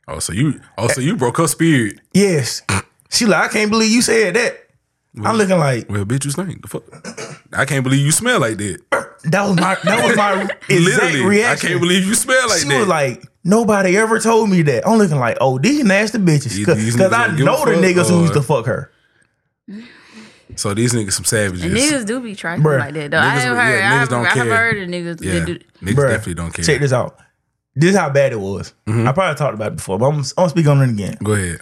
Speaker 1: Oh, so you. Oh, so you broke her spirit.
Speaker 2: Yes. she like, I can't believe you said that. I'm looking like
Speaker 1: Well, bitch, you stink. The fuck. I can't believe you smell like that.
Speaker 2: that was my that
Speaker 1: *laughs*
Speaker 2: was my exact
Speaker 1: Literally,
Speaker 2: reaction.
Speaker 1: I can't believe you smell like
Speaker 2: she
Speaker 1: that.
Speaker 2: was like, nobody ever told me that. I'm looking like, oh, these nasty bitches.
Speaker 1: These-
Speaker 2: Cause,
Speaker 1: these
Speaker 2: 'cause
Speaker 1: niggas
Speaker 2: I
Speaker 1: don't give a
Speaker 2: know the
Speaker 1: fuck, uh,
Speaker 2: niggas who
Speaker 1: or-
Speaker 2: used to fuck her.
Speaker 1: so these niggas some savages.
Speaker 4: And niggas do be trifling
Speaker 2: Bruh.
Speaker 4: like that though.
Speaker 1: Niggas
Speaker 4: I have
Speaker 1: would- yeah,
Speaker 4: heard.
Speaker 1: niggas
Speaker 4: I have
Speaker 1: don't
Speaker 4: I have
Speaker 1: care.
Speaker 4: heard of niggas
Speaker 1: yeah,
Speaker 4: that do.
Speaker 1: niggas
Speaker 2: Bruh,
Speaker 1: definitely don't care. Mm-hmm.
Speaker 2: Check this out. This is how bad it was. I probably talked about it before, but I'm, I'm gonna speak on it again.
Speaker 1: Go ahead.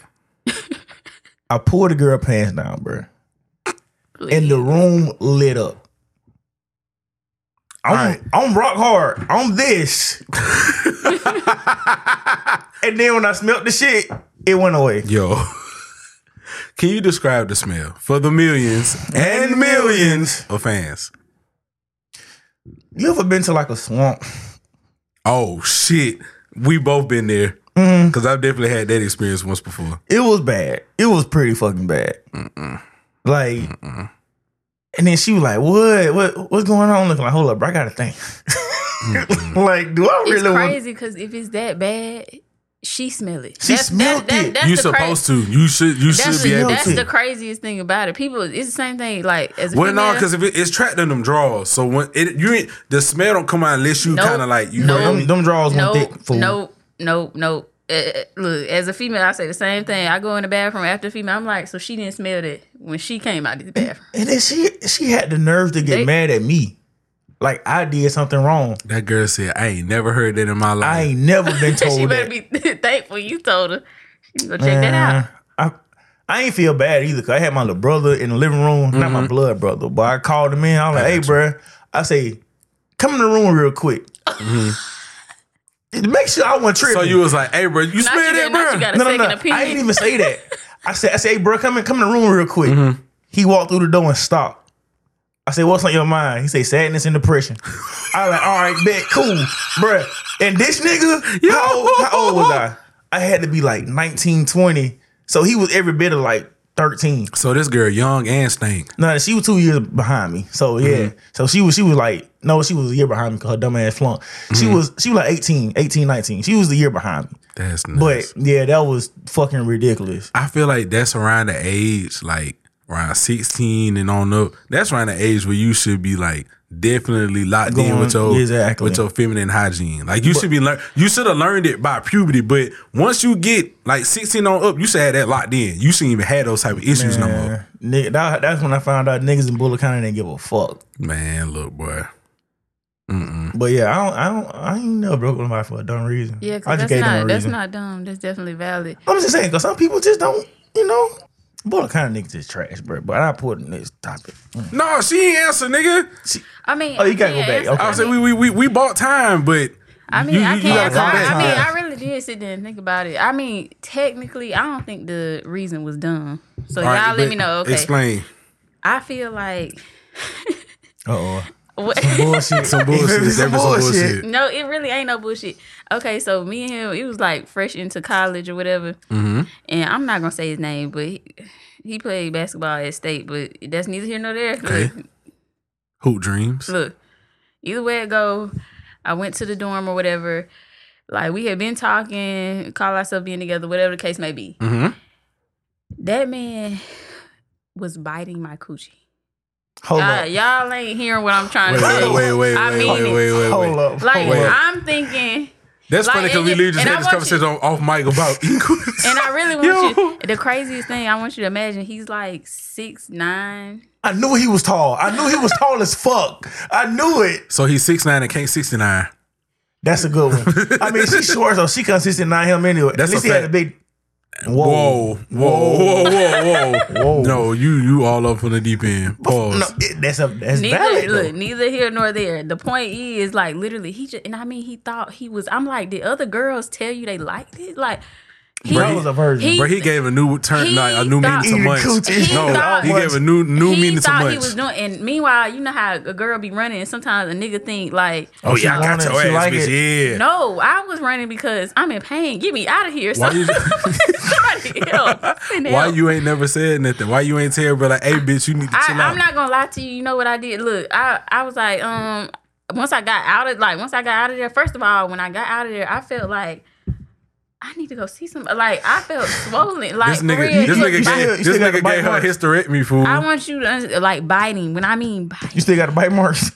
Speaker 2: I pulled the girl pants down, bruh. and
Speaker 4: Please.
Speaker 2: the room lit up. I'm,
Speaker 1: Alright.
Speaker 2: I'm rock hard.
Speaker 1: *laughs*
Speaker 2: I'm this. and then when I smelt the shit, it went away.
Speaker 1: Yo, *laughs* can you describe the smell for the millions and millions of fans?
Speaker 2: You ever been to like a swamp?
Speaker 1: Oh shit, we both been there
Speaker 2: Mm-hmm.
Speaker 1: because I've definitely had that experience once before.
Speaker 2: It was bad. It was pretty fucking bad. Like, and then she was like, "What? What? What's going on?" Looking like, "Hold up, bro. I gotta think." *laughs* like, do I
Speaker 4: It's
Speaker 2: really want?
Speaker 4: crazy because if it's that bad, she smell it.
Speaker 2: She smelled it.
Speaker 4: that's
Speaker 1: you
Speaker 4: the cra-
Speaker 1: supposed to. You should. You should
Speaker 4: That's,
Speaker 1: be
Speaker 4: the,
Speaker 1: able
Speaker 4: that's
Speaker 1: to.
Speaker 4: the craziest thing about it. People, it's the same thing. Like as a
Speaker 1: Well, no,
Speaker 4: female,
Speaker 1: because if it, it's trapped in them drawers, so when it you ain't- the smell don't come out unless you
Speaker 4: Nope.
Speaker 1: kind of like you.
Speaker 4: Nope.
Speaker 2: Them, them drawers went thick.
Speaker 4: Nope,
Speaker 2: Fool.
Speaker 4: nope, nope, nope. Uh, look, as a female, I say the same thing. I go in the bathroom after a female. I'm like, so she didn't smell that when she came out of
Speaker 1: *laughs*
Speaker 4: the bathroom.
Speaker 2: And then she she had the nerve to get
Speaker 4: They-
Speaker 2: mad at me, like I did something wrong.
Speaker 1: That girl said, "I ain't never heard that in my
Speaker 2: I
Speaker 1: life."
Speaker 2: ain't never been told
Speaker 4: *laughs* she better
Speaker 2: that.
Speaker 4: be thankful you told her. You go check that out.
Speaker 2: I, Uh, I ain't feel bad either. Cause I had my little brother in the living room, not
Speaker 1: Mm-hmm.
Speaker 2: my blood brother, but I called him in. I'm like, "Hey, bruh. I say, "Come in the room real quick. *laughs* Make sure I wasn't tripping."
Speaker 1: Mm-hmm. So you was like, "Hey, bro, you
Speaker 4: Not you,
Speaker 1: smell
Speaker 4: did-
Speaker 1: that,
Speaker 4: not you
Speaker 1: bro?"
Speaker 4: got a
Speaker 2: no, no,
Speaker 4: second
Speaker 2: no.
Speaker 4: opinion.
Speaker 2: I didn't even say that. I said, "I say, hey, bruh, come in, come in the room real quick." He walked through the door and stopped. I said, "What's on your mind?" He said, "Sadness and depression." I was like, "All right, bet, cool, bruh." And this nigga,
Speaker 1: Yo.
Speaker 2: how old, how old was I? I had to be like 19, 20. So he was every bit of like 13.
Speaker 1: So this girl, young and stank.
Speaker 2: No, she was two years behind me. So yeah. So she was she was like, no, she was a year behind me because her dumb ass flunk. She was she was like 18, 18, 19. She was a year behind me.
Speaker 1: That's
Speaker 2: But
Speaker 1: nuts.
Speaker 2: yeah, that was fucking ridiculous.
Speaker 1: I feel like that's around the age, like around sixteen and on up. That's around the age where you should be like definitely locked in
Speaker 2: Going-
Speaker 1: with your
Speaker 2: exactly.
Speaker 1: with your feminine hygiene. Like you should be learn. You should have learned it by puberty. But once you get like sixteen on up, you should have that locked in. You shouldn't even have those type of issues no more.
Speaker 2: Yeah. Nigga, that, that's when I found out niggas in Bullet County didn't give a fuck.
Speaker 1: Man, look, boy. Mm.
Speaker 2: But yeah, I don't, I don't, I ain't never broke with nobody for a dumb reason.
Speaker 4: Yeah,
Speaker 2: I
Speaker 4: because
Speaker 2: just
Speaker 4: that's
Speaker 2: gave them
Speaker 4: not
Speaker 2: a
Speaker 4: that's
Speaker 2: reason.
Speaker 4: not dumb. That's definitely valid.
Speaker 2: I'm just saying, cause some people just don't, you know. Boy, the kind of niggas is trash, bro. But I put in this topic. Mm.
Speaker 1: No, she ain't answer, nigga.
Speaker 4: I mean,
Speaker 2: Oh, you
Speaker 4: I
Speaker 2: gotta go
Speaker 4: can't
Speaker 2: back.
Speaker 4: answer-
Speaker 2: Okay.
Speaker 1: I said we we we, we bought time, but
Speaker 4: I mean,
Speaker 1: you-
Speaker 4: I
Speaker 1: you
Speaker 4: can't.
Speaker 1: gotta
Speaker 4: answer.
Speaker 1: come
Speaker 4: I,
Speaker 1: back.
Speaker 4: I mean, I really did sit there and think about it. I mean, technically, I don't think the reason was dumb. So
Speaker 1: All
Speaker 4: y'all
Speaker 1: right,
Speaker 4: let
Speaker 1: but
Speaker 4: me know. Okay,
Speaker 1: Explain.
Speaker 4: I feel like
Speaker 2: Uh-oh.
Speaker 4: what, *laughs*
Speaker 1: *laughs*
Speaker 2: Bullshit.
Speaker 1: Some
Speaker 2: *laughs*
Speaker 1: bullshit.
Speaker 2: Some
Speaker 1: That some
Speaker 2: bullshit.
Speaker 1: bullshit.
Speaker 4: No, it really ain't no bullshit. Okay, so me and him, he was like fresh into college or whatever.
Speaker 1: Mm-hmm.
Speaker 4: And I'm not gonna say his name, but he, he played basketball at state, but that's neither here nor there.
Speaker 1: Okay.
Speaker 4: Look,
Speaker 1: Hoop dreams.
Speaker 4: look, either way it go, I went to the dorm or whatever. Like we had been talking, call ourselves being together, whatever the case may be.
Speaker 1: Mm-hmm.
Speaker 4: That man was biting my coochie.
Speaker 2: Hold
Speaker 4: Y'all,
Speaker 2: up.
Speaker 4: y'all ain't hearing what I'm trying
Speaker 1: Wait,
Speaker 4: to
Speaker 1: Oh, wait,
Speaker 4: say.
Speaker 1: wait, wait,
Speaker 4: I
Speaker 1: wait,
Speaker 4: mean
Speaker 1: wait,
Speaker 4: it.
Speaker 1: wait, wait,
Speaker 2: Hold up.
Speaker 4: Like
Speaker 2: Hold up.
Speaker 4: I'm thinking.
Speaker 1: That's
Speaker 4: Like,
Speaker 1: funny because
Speaker 4: and
Speaker 1: we
Speaker 4: it-
Speaker 1: literally just
Speaker 4: and I
Speaker 1: had this
Speaker 4: want
Speaker 1: conversation on, off mic about
Speaker 2: *laughs*
Speaker 1: equals.
Speaker 4: And I really
Speaker 1: *laughs*
Speaker 4: want
Speaker 1: Yo.
Speaker 4: you. The craziest thing I want you to imagine, he's like six nine.
Speaker 2: I knew he was tall. I knew he was tall as fuck. I knew it.
Speaker 1: so he's six nine and can't sixty nine.
Speaker 2: That's a good one. I
Speaker 1: *laughs*
Speaker 2: mean, she's short, so she consistent not him anyway.
Speaker 1: That's
Speaker 2: At least
Speaker 1: a
Speaker 2: he had a
Speaker 1: fact.
Speaker 2: big. Whoa.
Speaker 1: Whoa, whoa, whoa, whoa, whoa,
Speaker 2: Whoa.
Speaker 1: No, you you all up on the deep end. Pause.
Speaker 2: No, it, that's a that's
Speaker 4: Neither
Speaker 2: valid.
Speaker 4: look,
Speaker 2: though.
Speaker 4: neither here nor there. The point is, like literally, he just and I mean, he thought he was. I'm like, did other girls tell you they liked it? Like, he
Speaker 2: Bro, I was a virgin.
Speaker 4: he-
Speaker 1: Bro, he gave a new turn,
Speaker 4: he
Speaker 1: like a new meaning
Speaker 4: thought-
Speaker 1: to
Speaker 2: Eating
Speaker 1: months.
Speaker 2: coochie.
Speaker 1: No,
Speaker 4: He thought-
Speaker 1: he gave a new new
Speaker 4: he
Speaker 1: meaning to
Speaker 4: thought he was
Speaker 1: months.
Speaker 4: doing. And meanwhile, you know how a girl be running. and Sometimes a nigga think like,
Speaker 1: Oh yeah, I
Speaker 2: She
Speaker 1: got
Speaker 2: wanted-
Speaker 1: your
Speaker 2: she
Speaker 1: ass,
Speaker 2: like
Speaker 1: bitch. Yeah.
Speaker 4: no, I was running because I'm in pain. Get me out of *laughs* here.
Speaker 1: Why
Speaker 4: So,
Speaker 1: you?
Speaker 4: somebody
Speaker 1: *laughs*
Speaker 4: help. Send
Speaker 1: Why
Speaker 4: help.
Speaker 1: you ain't never said nothing? Why you ain't tell bro like, hey bitch, you need to
Speaker 4: I,
Speaker 1: chill out.
Speaker 4: I'm not gonna lie to you. You know what I did? Look, I I was like, um, once I got out of like, once I got out of there. First of all, when I got out of there, I felt like I need to go see some. Like I
Speaker 1: *laughs*
Speaker 4: felt swollen. Like
Speaker 1: this nigga,
Speaker 4: for real,
Speaker 1: this
Speaker 4: he-
Speaker 1: nigga,
Speaker 2: still-
Speaker 1: gave,
Speaker 2: you
Speaker 1: this
Speaker 2: still got the
Speaker 1: nigga
Speaker 2: bite
Speaker 1: gave her
Speaker 2: marks.
Speaker 1: hysterectomy, fool.
Speaker 4: I want you to under- like biting. When I mean biting,
Speaker 2: You still got the bite marks.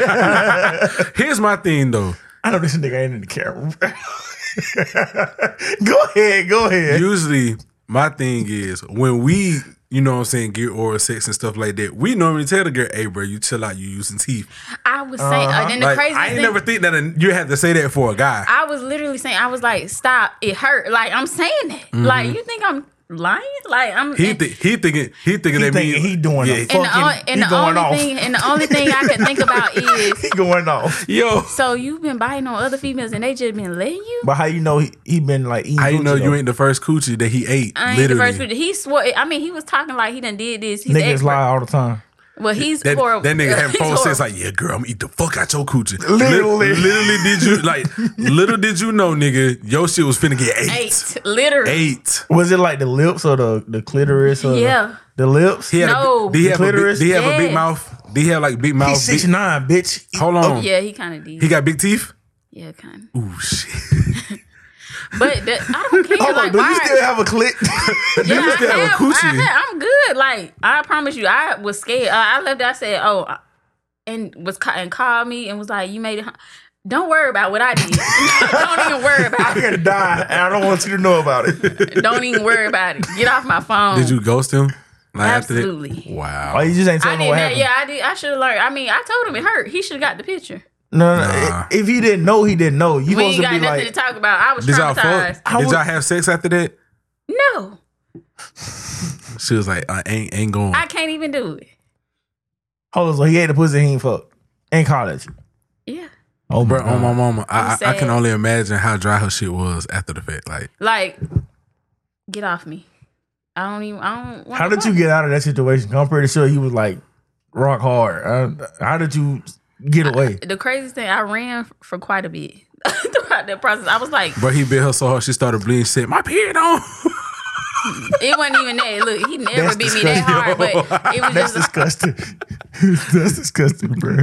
Speaker 2: *laughs*
Speaker 1: Here's my thing though.
Speaker 2: I know this nigga ain't in the camera. *laughs* go ahead, go
Speaker 4: *laughs*
Speaker 2: ahead.
Speaker 1: Usually, my thing is when we, you know what I'm saying, get oral sex and stuff like that, we normally tell the girl, hey, bro, you chill out, you using teeth.
Speaker 4: I was saying, uh, and the
Speaker 1: Uh-huh. Like,
Speaker 4: crazy
Speaker 1: I ain't
Speaker 4: thing.
Speaker 1: never think that a, you had to say that for a guy.
Speaker 4: I was literally saying, I was like, stop, it hurt. Like, I'm saying it. Like, you think I'm lying? Like, I'm.
Speaker 1: Mm-hmm. he, thi- he thinking, he thinking
Speaker 2: He
Speaker 1: that me.
Speaker 2: thinking he doing a
Speaker 1: yeah.
Speaker 2: fuck-
Speaker 4: and the, on-
Speaker 2: fucking-
Speaker 4: and
Speaker 2: he
Speaker 4: the
Speaker 2: going
Speaker 4: only
Speaker 2: off.
Speaker 4: thing and the only thing I can
Speaker 1: *laughs*
Speaker 4: think about is
Speaker 2: He going off.
Speaker 1: Yo,
Speaker 4: so you've been biting on other females and they just been letting you.
Speaker 2: But how you know he, he been like eating?
Speaker 1: I didn't know
Speaker 2: Gucci,
Speaker 1: you
Speaker 2: though?
Speaker 1: ain't the first coochie that he ate.
Speaker 4: I ain't the
Speaker 1: literally.
Speaker 4: first person. He swore. I mean, he was talking like he done did this. He's
Speaker 2: Niggas
Speaker 4: expert.
Speaker 2: lie all the time.
Speaker 4: Well, he's
Speaker 1: that,
Speaker 4: horrible.
Speaker 1: that
Speaker 4: *laughs*
Speaker 1: nigga having
Speaker 4: He's
Speaker 1: phone sex
Speaker 4: horrible.
Speaker 1: like, yeah, girl, I'm gonna eat the fuck out your coochie.
Speaker 2: Literally.
Speaker 1: Lit- literally did you
Speaker 2: *laughs*
Speaker 1: like little did you know, nigga, your shit was finna get eight.
Speaker 4: eight, literally.
Speaker 1: Eight.
Speaker 2: Was it like the lips or the the clitoris? Or the-
Speaker 4: Yeah.
Speaker 2: the, lips.
Speaker 1: He had
Speaker 4: No.
Speaker 1: a, did he
Speaker 4: The
Speaker 1: have a big,
Speaker 2: clitoris?
Speaker 1: did he have a big
Speaker 4: Yes.
Speaker 1: mouth? Did he have like big mouth?
Speaker 2: He's six
Speaker 1: big-
Speaker 2: nine, bitch.
Speaker 1: Oh, hold on.
Speaker 4: Yeah, he kind of did.
Speaker 1: He got big teeth?
Speaker 4: yeah, kind of.
Speaker 1: Ooh shit.
Speaker 4: But that, I
Speaker 1: *laughs*
Speaker 4: don't care.
Speaker 2: Hold on,
Speaker 4: like,
Speaker 2: do
Speaker 4: why?
Speaker 2: you still have a clip? *laughs*
Speaker 4: yeah,
Speaker 1: you still
Speaker 4: I
Speaker 1: have a
Speaker 4: have,
Speaker 1: coochie?
Speaker 4: I, am good. Like I promise you, I was scared. Uh, I left. I said, oh, I- and was ca- and called me and was like, you made it. hu- Don't worry about what I did. *laughs* don't even worry about
Speaker 2: I'm gonna die, and I don't want you to know about it.
Speaker 1: *laughs*
Speaker 4: it. Don't even worry about it. Get off my phone.
Speaker 1: Did you ghost him? Like after that-
Speaker 4: Absolutely.
Speaker 1: Wow.
Speaker 2: Oh, you just ain't
Speaker 4: I
Speaker 2: telling me
Speaker 4: did
Speaker 2: what
Speaker 4: that.
Speaker 2: happened.
Speaker 4: Yeah, I did. I should have learned. I mean, I told him it hurt. He should have got the picture.
Speaker 2: No, no.
Speaker 1: Nah.
Speaker 2: If he didn't know, he didn't know. You
Speaker 4: We
Speaker 2: supposed
Speaker 4: ain't
Speaker 2: to
Speaker 4: got
Speaker 2: be
Speaker 4: nothing
Speaker 2: like,
Speaker 4: to talk about. I was
Speaker 1: Did y'all
Speaker 4: traumatized.
Speaker 1: fuck?
Speaker 2: I
Speaker 1: Did
Speaker 2: would-
Speaker 1: y'all have sex after that?
Speaker 4: No,
Speaker 1: She was like, I ain't ain't going.
Speaker 4: I can't even do it.
Speaker 2: hold on, so he had the pussy he ain't fucked in college.
Speaker 4: Yeah,
Speaker 2: Oh,
Speaker 1: Bro, on my mama, I, I, I
Speaker 4: sad.
Speaker 1: can only imagine how dry her shit was after the fact. Like,
Speaker 4: like get off me. I don't even. I don't. wanna
Speaker 2: How did
Speaker 4: fuck.
Speaker 2: you get out of that situation? 'Cause I'm pretty sure you was like rock hard. Uh, how did you get away?
Speaker 4: the craziest thing, I ran for quite a bit *laughs* throughout that process. I was like,
Speaker 1: bro, he bit her so hard she started bleeding. She Said, my period on. *laughs*
Speaker 4: it wasn't even that. Look, he never
Speaker 2: That's
Speaker 4: beat me that hard, but it
Speaker 2: *laughs*
Speaker 4: was
Speaker 2: That's
Speaker 4: just.
Speaker 2: disgusting. That's disgusting, bro.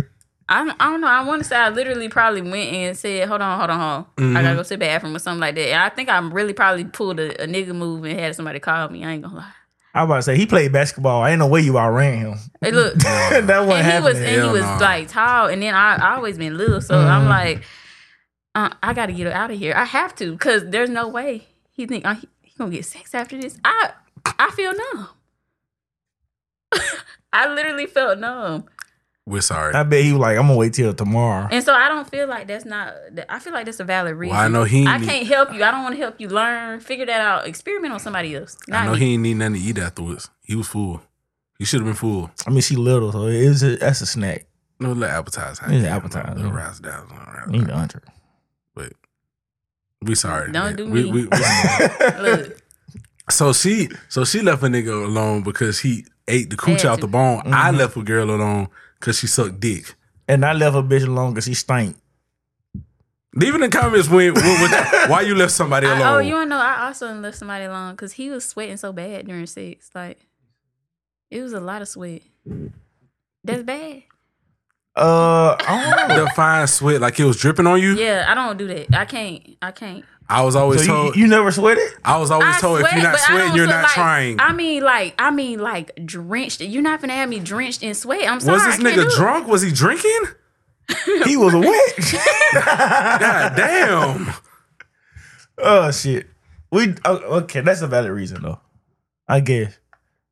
Speaker 4: I, don't- I don't know. I want to say I literally probably went and said, "Hold on, hold on, hold on. I gotta go to the bathroom or something like that." And I think I really probably pulled a, a nigga move and had somebody call me. I ain't gonna lie.
Speaker 2: I about to say he played basketball. ain't no way you outran him. *laughs*
Speaker 4: Hey, look,
Speaker 2: that wasn't
Speaker 4: and he was
Speaker 2: happening.
Speaker 4: and he
Speaker 1: Hell
Speaker 4: was
Speaker 1: nah.
Speaker 4: like tall, and then I, I always been little, so I'm like, uh, I gotta get out of here. I have to, cause there's no way he think uh, he, he gonna get sex after this. I *laughs* I feel numb. I literally felt numb.
Speaker 1: We're sorry.
Speaker 2: I bet he was like, I'm gonna wait till tomorrow.
Speaker 4: And so I don't feel like that's not. that- I feel like that's a valid reason.
Speaker 1: I know he ain't
Speaker 4: I
Speaker 1: need-
Speaker 4: can't help you. I don't want to help you learn. Figure that out. Experiment on somebody else. Not
Speaker 1: I know
Speaker 4: me.
Speaker 1: he ain't need nothing to eat afterwards. He was full. He should have been full.
Speaker 2: I mean, she little, so it's a, that's a snack.
Speaker 1: No little appetizer.
Speaker 2: It's an appetizer.
Speaker 1: Little rise down. little rise
Speaker 2: You
Speaker 1: down.
Speaker 2: know, Andre.
Speaker 1: But we sorry.
Speaker 4: Don't
Speaker 1: man.
Speaker 4: do
Speaker 1: we, we-
Speaker 4: me. *laughs*
Speaker 1: we- *laughs*
Speaker 4: Look,
Speaker 1: so she so she left a nigga alone because he ate the cooch
Speaker 4: Had
Speaker 1: out
Speaker 4: to.
Speaker 1: the bone. I
Speaker 2: Mm-hmm.
Speaker 1: left a girl alone because she sucked dick.
Speaker 2: And I left her bitch alone because she stank.
Speaker 1: Leave in the comments when, when,
Speaker 4: *laughs*
Speaker 1: when- why you left somebody alone.
Speaker 4: I, oh, you wanna know? I also left somebody alone because he was sweating so bad during sex. Like it was a lot of sweat. That's bad.
Speaker 2: Uh, I don't know.
Speaker 1: the fine sweat like it was dripping on you.
Speaker 4: Yeah, I don't do that. I can't. I can't.
Speaker 1: I was always
Speaker 2: *laughs* So you,
Speaker 1: told.
Speaker 2: you never
Speaker 4: *laughs*
Speaker 2: sweated?
Speaker 1: I was always
Speaker 4: I
Speaker 1: told if you're not
Speaker 4: but I don't
Speaker 1: sweating, you're
Speaker 4: feel
Speaker 1: not
Speaker 4: like-
Speaker 1: trying.
Speaker 4: I mean, like, I mean, like drenched. You're not gonna have me drenched in sweat. I'm sorry.
Speaker 1: was this
Speaker 4: I can't do
Speaker 1: nigga
Speaker 4: it.
Speaker 1: drunk? Was he
Speaker 4: *laughs*
Speaker 1: drinking?
Speaker 2: He was wet.
Speaker 1: God damn.
Speaker 2: oh shit. We oh, okay. That's a valid reason though. I guess.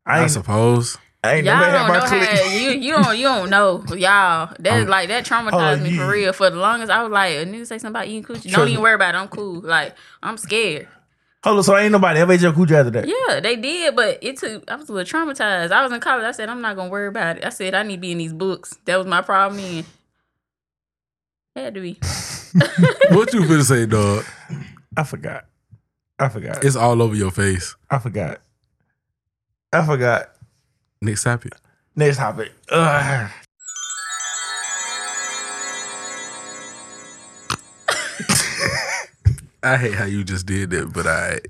Speaker 2: I
Speaker 1: I
Speaker 2: ain't.
Speaker 1: suppose.
Speaker 2: I ain't
Speaker 4: Y'all
Speaker 2: never had
Speaker 4: don't
Speaker 2: my
Speaker 4: know
Speaker 2: clique.
Speaker 4: how you you don't you don't know y'all that like that traumatized
Speaker 2: oh,
Speaker 4: me
Speaker 2: yeah.
Speaker 4: for real. For the longest, I was like, a nigga say somebody eating coochie. Don't
Speaker 2: Trust
Speaker 4: even
Speaker 2: me.
Speaker 4: worry about it. I'm cool. Like I'm scared.
Speaker 2: Hold on. So ain't nobody ever ate your coochie after that.
Speaker 4: Yeah, they did, but it took. I was a little traumatized. I was in college. I said I'm not gonna worry about it. I said I need to be in these books. That was my problem. Then. Had to be.
Speaker 1: What you finna say, dog?
Speaker 2: I forgot. I forgot.
Speaker 1: It's all over your face.
Speaker 2: I forgot. I forgot.
Speaker 1: Nick Sappy.
Speaker 2: Next topic. Ugh. *laughs*
Speaker 1: I hate how you just did that, but I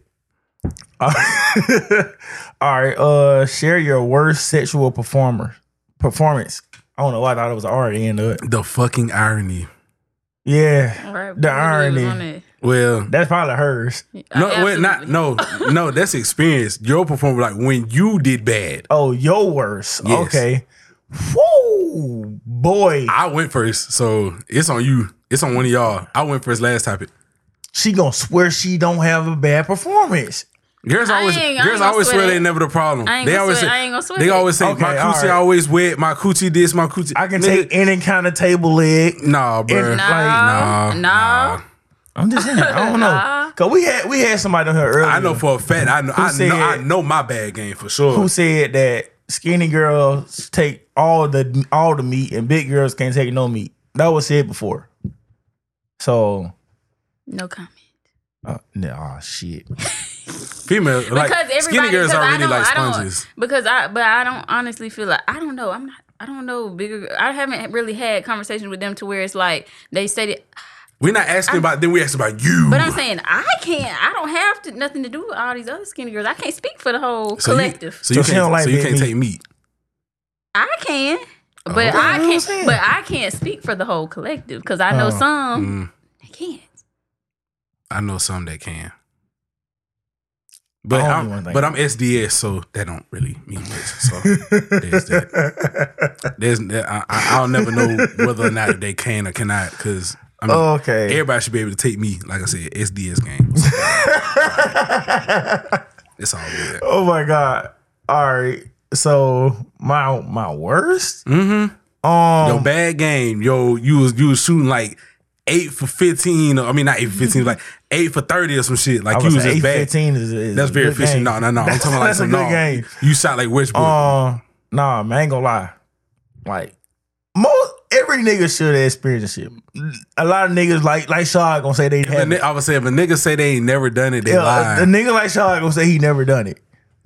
Speaker 2: All right. Uh, share your worst sexual performer performance. I don't know why I thought it was already in it.
Speaker 1: the fucking irony.
Speaker 2: Yeah,
Speaker 4: All right,
Speaker 2: The
Speaker 4: we was
Speaker 2: irony.
Speaker 4: on it.
Speaker 1: Well,
Speaker 2: that's probably hers.
Speaker 1: no, wait, not
Speaker 4: Uh, Absolutely.
Speaker 1: no,
Speaker 4: *laughs*
Speaker 1: no. That's experience. Your performance, like when you did bad.
Speaker 2: Oh, your worst.
Speaker 1: Yes.
Speaker 2: Okay. Whoa, boy,
Speaker 1: I went first, so it's on you. It's on one of y'all. I went first last topic.
Speaker 2: she gonna swear she don't have a bad performance.
Speaker 1: Girls
Speaker 4: I
Speaker 1: always,
Speaker 4: ain't- I
Speaker 1: girls
Speaker 4: ain't gonna
Speaker 1: always
Speaker 4: sweat
Speaker 1: swear
Speaker 4: it.
Speaker 1: they never the problem.
Speaker 4: I ain't
Speaker 1: they
Speaker 4: gonna
Speaker 1: always
Speaker 4: sweat-
Speaker 1: say,
Speaker 4: I ain't gonna sweat
Speaker 1: they
Speaker 4: it.
Speaker 1: always say,
Speaker 2: Okay,
Speaker 1: my
Speaker 2: all
Speaker 1: coochie
Speaker 2: right.
Speaker 1: always wet. My coochie this, my coochie.
Speaker 2: I can
Speaker 1: Nigga,
Speaker 2: take any kind of table leg.
Speaker 1: Nah, bro.
Speaker 2: Nah.
Speaker 4: No,
Speaker 1: Nah,
Speaker 4: no.
Speaker 1: nah.
Speaker 2: I'm just saying, I don't know. Cause we had we had somebody on here earlier.
Speaker 1: I know for a fact. I know. I
Speaker 2: said-
Speaker 1: know. I know my bad game for sure.
Speaker 2: who said that skinny girls take all the all the meat and big girls can't take no meat. That was said before. So
Speaker 4: No comment.
Speaker 2: uh,
Speaker 1: *laughs*
Speaker 2: nah, shit.
Speaker 1: Female, like
Speaker 4: because everybody
Speaker 1: skinny girls
Speaker 4: because
Speaker 1: are
Speaker 4: I
Speaker 1: really
Speaker 4: don't-
Speaker 1: like
Speaker 4: I don't-
Speaker 1: sponges.
Speaker 4: because I but I don't honestly feel like I don't know. I'm not I don't know bigger I haven't really had conversations with them to where it's like they said it
Speaker 1: We're not asking about. Then we ask about you.
Speaker 4: but I'm saying I can't I don't have to, nothing to do with all these other skinny girls. I can't speak for the whole
Speaker 1: so
Speaker 4: collective.
Speaker 1: You, so you
Speaker 2: So she
Speaker 1: can't.
Speaker 2: don't like
Speaker 1: so you
Speaker 2: big
Speaker 1: can't
Speaker 2: meat.
Speaker 1: take meat.
Speaker 4: I can. But I
Speaker 2: I'm
Speaker 4: can't
Speaker 2: saying.
Speaker 4: but I can't speak for the whole collective because I know
Speaker 2: Oh,
Speaker 1: Mm,
Speaker 4: some they can't.
Speaker 1: I know some that can. But
Speaker 2: I don't
Speaker 1: I'm,
Speaker 2: even think-
Speaker 1: but I'm SDS, so that don't really mean much. So there's that.
Speaker 2: *laughs*
Speaker 1: There's that- I, I, I'll never know whether or not they can or cannot because I mean
Speaker 2: Okay.
Speaker 1: everybody should be able to take me. Like I said, SDS
Speaker 2: *laughs*
Speaker 1: game. it's all good.
Speaker 2: Oh my god. All right. So my my worst.
Speaker 1: Mm-hmm. Your
Speaker 2: Um.
Speaker 1: bad game, yo. You was you was shooting like eight for fifteen. Or, I mean, not eight for fifteen, like eight for thirty or some shit. Like
Speaker 2: I
Speaker 1: you
Speaker 2: was
Speaker 1: was
Speaker 2: eight
Speaker 1: just bad.
Speaker 2: fifteen is, is
Speaker 1: That's
Speaker 2: a
Speaker 1: very
Speaker 2: good
Speaker 1: efficient.
Speaker 2: game.
Speaker 1: No, no, no. I'm
Speaker 2: *laughs* That's,
Speaker 1: talking like
Speaker 2: that's
Speaker 1: some
Speaker 2: a good
Speaker 1: no.
Speaker 2: game.
Speaker 1: You shot like Westbrook.
Speaker 2: Um, nah, man, I ain't gonna lie. Like most every nigga should have experienced this shit. A lot of niggas like like Shaw gonna say they
Speaker 1: If a
Speaker 2: have
Speaker 1: ni- I would say if a nigga say they ain't never done it, they
Speaker 2: yeah, uh,
Speaker 1: lie.
Speaker 2: a, a nigga like Shaw gonna say he never done it.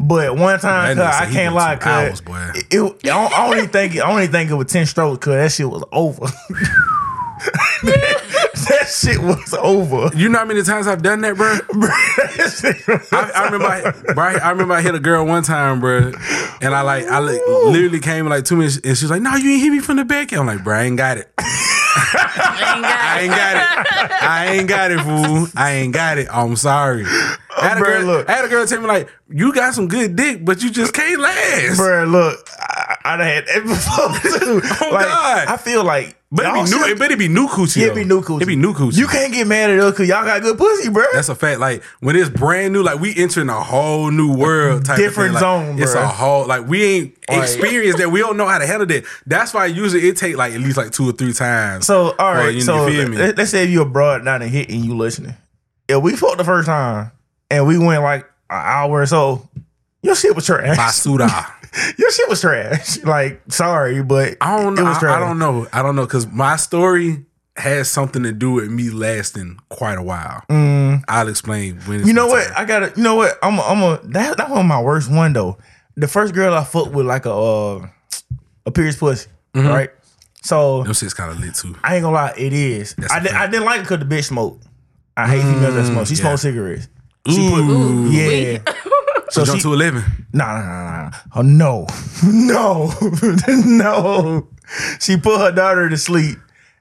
Speaker 2: But one time, cuz,
Speaker 1: That nigga
Speaker 2: I
Speaker 1: said he
Speaker 2: can't
Speaker 1: went
Speaker 2: lie,
Speaker 1: two
Speaker 2: cuz
Speaker 1: hours, boy.
Speaker 2: it- it- I, don't- I only think I only think it was ten strokes, cuz that shit was over. *laughs* that shit was over. *laughs*
Speaker 1: you know how many times I've done that, bro? I, I remember, I, bro, I, I remember I hit a girl one time, bro, and I like, I like, literally came like two minutes, and she's like, "No, you ain't hit me from the back." I'm like, "Bro, I ain't got it.
Speaker 4: I ain't
Speaker 1: *laughs*
Speaker 4: got *laughs*
Speaker 1: I ain't got it. I ain't got it, fool. I ain't got it. I'm sorry." I had, a
Speaker 2: Bruh,
Speaker 1: girl,
Speaker 2: look.
Speaker 1: I had a girl tell me like, "You got some good dick, but you just can't last."
Speaker 2: Bruh, look, I, I done had that before too.
Speaker 1: Oh,
Speaker 2: like,
Speaker 1: God.
Speaker 2: I feel like
Speaker 1: But it
Speaker 2: Y'all
Speaker 1: be new.
Speaker 2: should-
Speaker 1: But it be new coochie.
Speaker 2: It be
Speaker 1: though.
Speaker 2: new coochie.
Speaker 1: It be new coochie.
Speaker 2: You can't get mad at us because y'all got good pussy, bro.
Speaker 1: That's a fact. Like when it's brand new, like we entering a whole new world, type
Speaker 2: Different
Speaker 1: of thing. Like,
Speaker 2: zone,
Speaker 1: It's
Speaker 2: bruh.
Speaker 1: a whole like we ain't
Speaker 2: Like-
Speaker 1: experienced that. We don't know how to handle that. That's why usually it take like at least like two or three times.
Speaker 2: so all
Speaker 1: for
Speaker 2: right.
Speaker 1: you,
Speaker 2: so
Speaker 1: you feel me?
Speaker 2: let- let's say you abroad down and hit and you listening. If we fucked the first time and we went like an hour or so, your shit was trash.
Speaker 1: Basuda.
Speaker 2: *laughs* Your shit was trash. *laughs* Like sorry, but
Speaker 1: I don't
Speaker 2: It
Speaker 1: know.
Speaker 2: was
Speaker 1: I, I
Speaker 2: trash.
Speaker 1: don't know. I don't know because my story has something to do with me lasting quite a while. I'll explain when. It's
Speaker 2: Mm. You know
Speaker 1: my
Speaker 2: what?
Speaker 1: turn.
Speaker 2: I gotta. You know what? I'm. A, I'm a. That that one my worst one though. The first girl I fucked with like a uh, a Pierce pussy,
Speaker 1: Mm-hmm.
Speaker 2: right? So
Speaker 1: Them shit's kind of lit too.
Speaker 2: I ain't gonna lie, it is. I,
Speaker 1: a
Speaker 2: di-
Speaker 1: fact. Mm,
Speaker 2: I didn't like it because the bitch smoked. I hate females that smoke. She
Speaker 1: yeah.
Speaker 2: smoked cigarettes.
Speaker 1: Ooh,
Speaker 2: Yeah. *laughs* so
Speaker 1: jump
Speaker 2: she,
Speaker 1: to eleven.
Speaker 2: nah, nah, nah, nah. Oh, no, *laughs* no, *laughs* no. She put her daughter to sleep,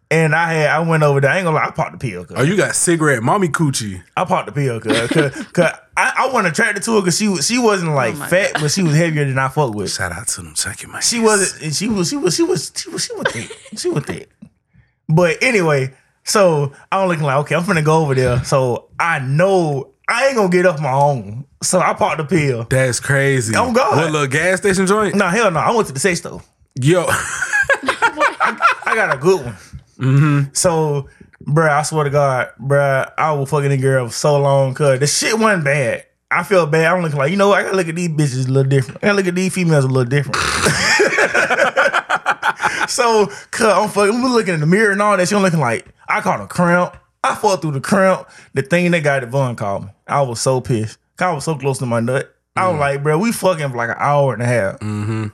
Speaker 2: and I had I went over there. I ain't gonna lie, I popped the pill. cuz.
Speaker 1: Oh, you got cigarette, mommy coochie.
Speaker 2: I popped the pill cause, cause, 'cause I, I wasn't attracted to her because she was she wasn't like
Speaker 4: my
Speaker 2: fat, but she was heavier than I fuck with.
Speaker 1: Shout out to them checking my.
Speaker 2: She wasn't and she was she was she was she was she was thick. She was thick. But anyway, so I'm looking like, okay, I'm finna go over there. So I know I ain't gonna get off my own. So I popped the pill.
Speaker 1: That's crazy.
Speaker 2: Oh, God.
Speaker 1: What little gas station joint?
Speaker 2: No, hell no, I went to the sex store. *laughs*
Speaker 1: Yo,
Speaker 2: I got a good one. So, bruh, I swear to God, bruh, I was fucking the girl for so long because the shit wasn't bad. I feel bad. I'm looking like, you know what? I gotta look at these bitches a little different. I gotta look at these females a little different. *laughs* so, cuz I'm fucking, I'm looking in the mirror and all that shit. I'm looking like, I caught a cramp. I fought through the cramp. The thing that got it, Von called me. I was so pissed. 'Cause I was so close to my nut. I
Speaker 1: Mm.
Speaker 2: was like, bruh, we fucking for like an hour and a half.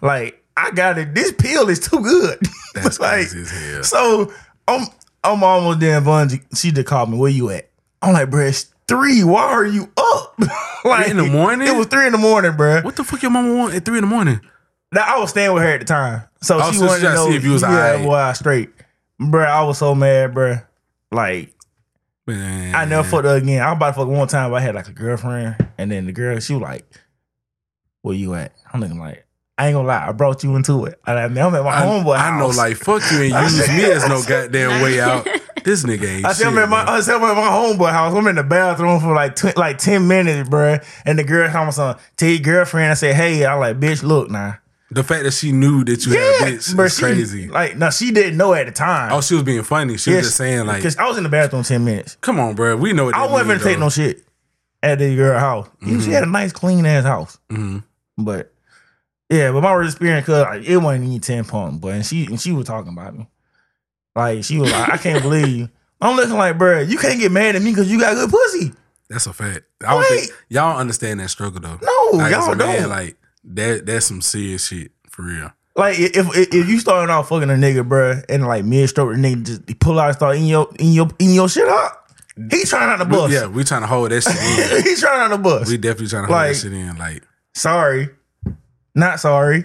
Speaker 2: Like, I got it. This pill is too good.
Speaker 1: Mm-hmm.
Speaker 2: *laughs*
Speaker 1: That's
Speaker 2: like,
Speaker 1: crazy as hell.
Speaker 2: so I'm I'm almost there. and Von, she just called me. Where you at? I'm like, bruh, it's three. Why are you up? *laughs* like
Speaker 1: in the morning?
Speaker 2: It was three in the morning, bruh.
Speaker 1: what the fuck your mama want at three in the morning?
Speaker 2: Now, I was staying with her at the time, so
Speaker 1: Oh,
Speaker 2: she
Speaker 1: so she
Speaker 2: wanted to
Speaker 1: tried to
Speaker 2: know
Speaker 1: see if you was
Speaker 2: yeah,
Speaker 1: alright.
Speaker 2: boy, I straight, bruh. I was so mad, bruh. Like
Speaker 1: Man,
Speaker 2: I never fucked her again. I was about to fuck one time, but I had like a girlfriend, and then the girl she was like, "Where you at?" I'm looking like, I ain't gonna lie, I brought you into it. I, I'm at my
Speaker 1: I,
Speaker 2: homeboy.
Speaker 1: I know,
Speaker 2: house.
Speaker 1: like fuck you
Speaker 2: *laughs*
Speaker 1: and use me as no goddamn way out. This nigga ain't
Speaker 2: I
Speaker 1: shit.
Speaker 2: tell me at my
Speaker 1: man.
Speaker 2: I tell me at my homeboy house. I'm in the bathroom for like tw- like ten minutes, bruh. And the girl comes on, tell your girlfriend. I say, hey, I like, bitch, look now.
Speaker 1: the fact that she knew that you had a bitch
Speaker 2: bruh,
Speaker 1: is
Speaker 2: she-
Speaker 1: crazy.
Speaker 2: Like, no, she didn't know at the time.
Speaker 1: oh, she was being funny. She
Speaker 2: Yeah,
Speaker 1: was just saying like,
Speaker 2: because I was in the bathroom ten minutes.
Speaker 1: "Come on, bro, we know what."
Speaker 2: I
Speaker 1: that
Speaker 2: wasn't
Speaker 1: mean,
Speaker 2: gonna take
Speaker 1: though. Mm-hmm.
Speaker 2: no shit at the girl house. You She had a nice, clean ass house,
Speaker 1: Mhm.
Speaker 2: but yeah, but my worst experience because like, it wasn't even ten pump, but and she and she was talking about me, like she was like, I can't believe you. I'm looking like, bruh, you can't get mad at me because you got good pussy.
Speaker 1: That's a fact. I don't think
Speaker 2: Wait.
Speaker 1: y'all don't understand that struggle though.
Speaker 2: No,
Speaker 1: Like, as
Speaker 2: y'all
Speaker 1: a man,
Speaker 2: don't.
Speaker 1: Like that. That's some serious shit for real.
Speaker 2: Like if if, if you starting off fucking a nigga, bruh, and like mid stroke, the nigga just pull out, and start in your in your in your shit up. He trying out the bus.
Speaker 1: Yeah, we trying to hold that shit in.
Speaker 2: *laughs* he trying out the bus.
Speaker 1: We definitely trying to hold
Speaker 2: Like-
Speaker 1: that shit in. Like
Speaker 2: sorry, not sorry,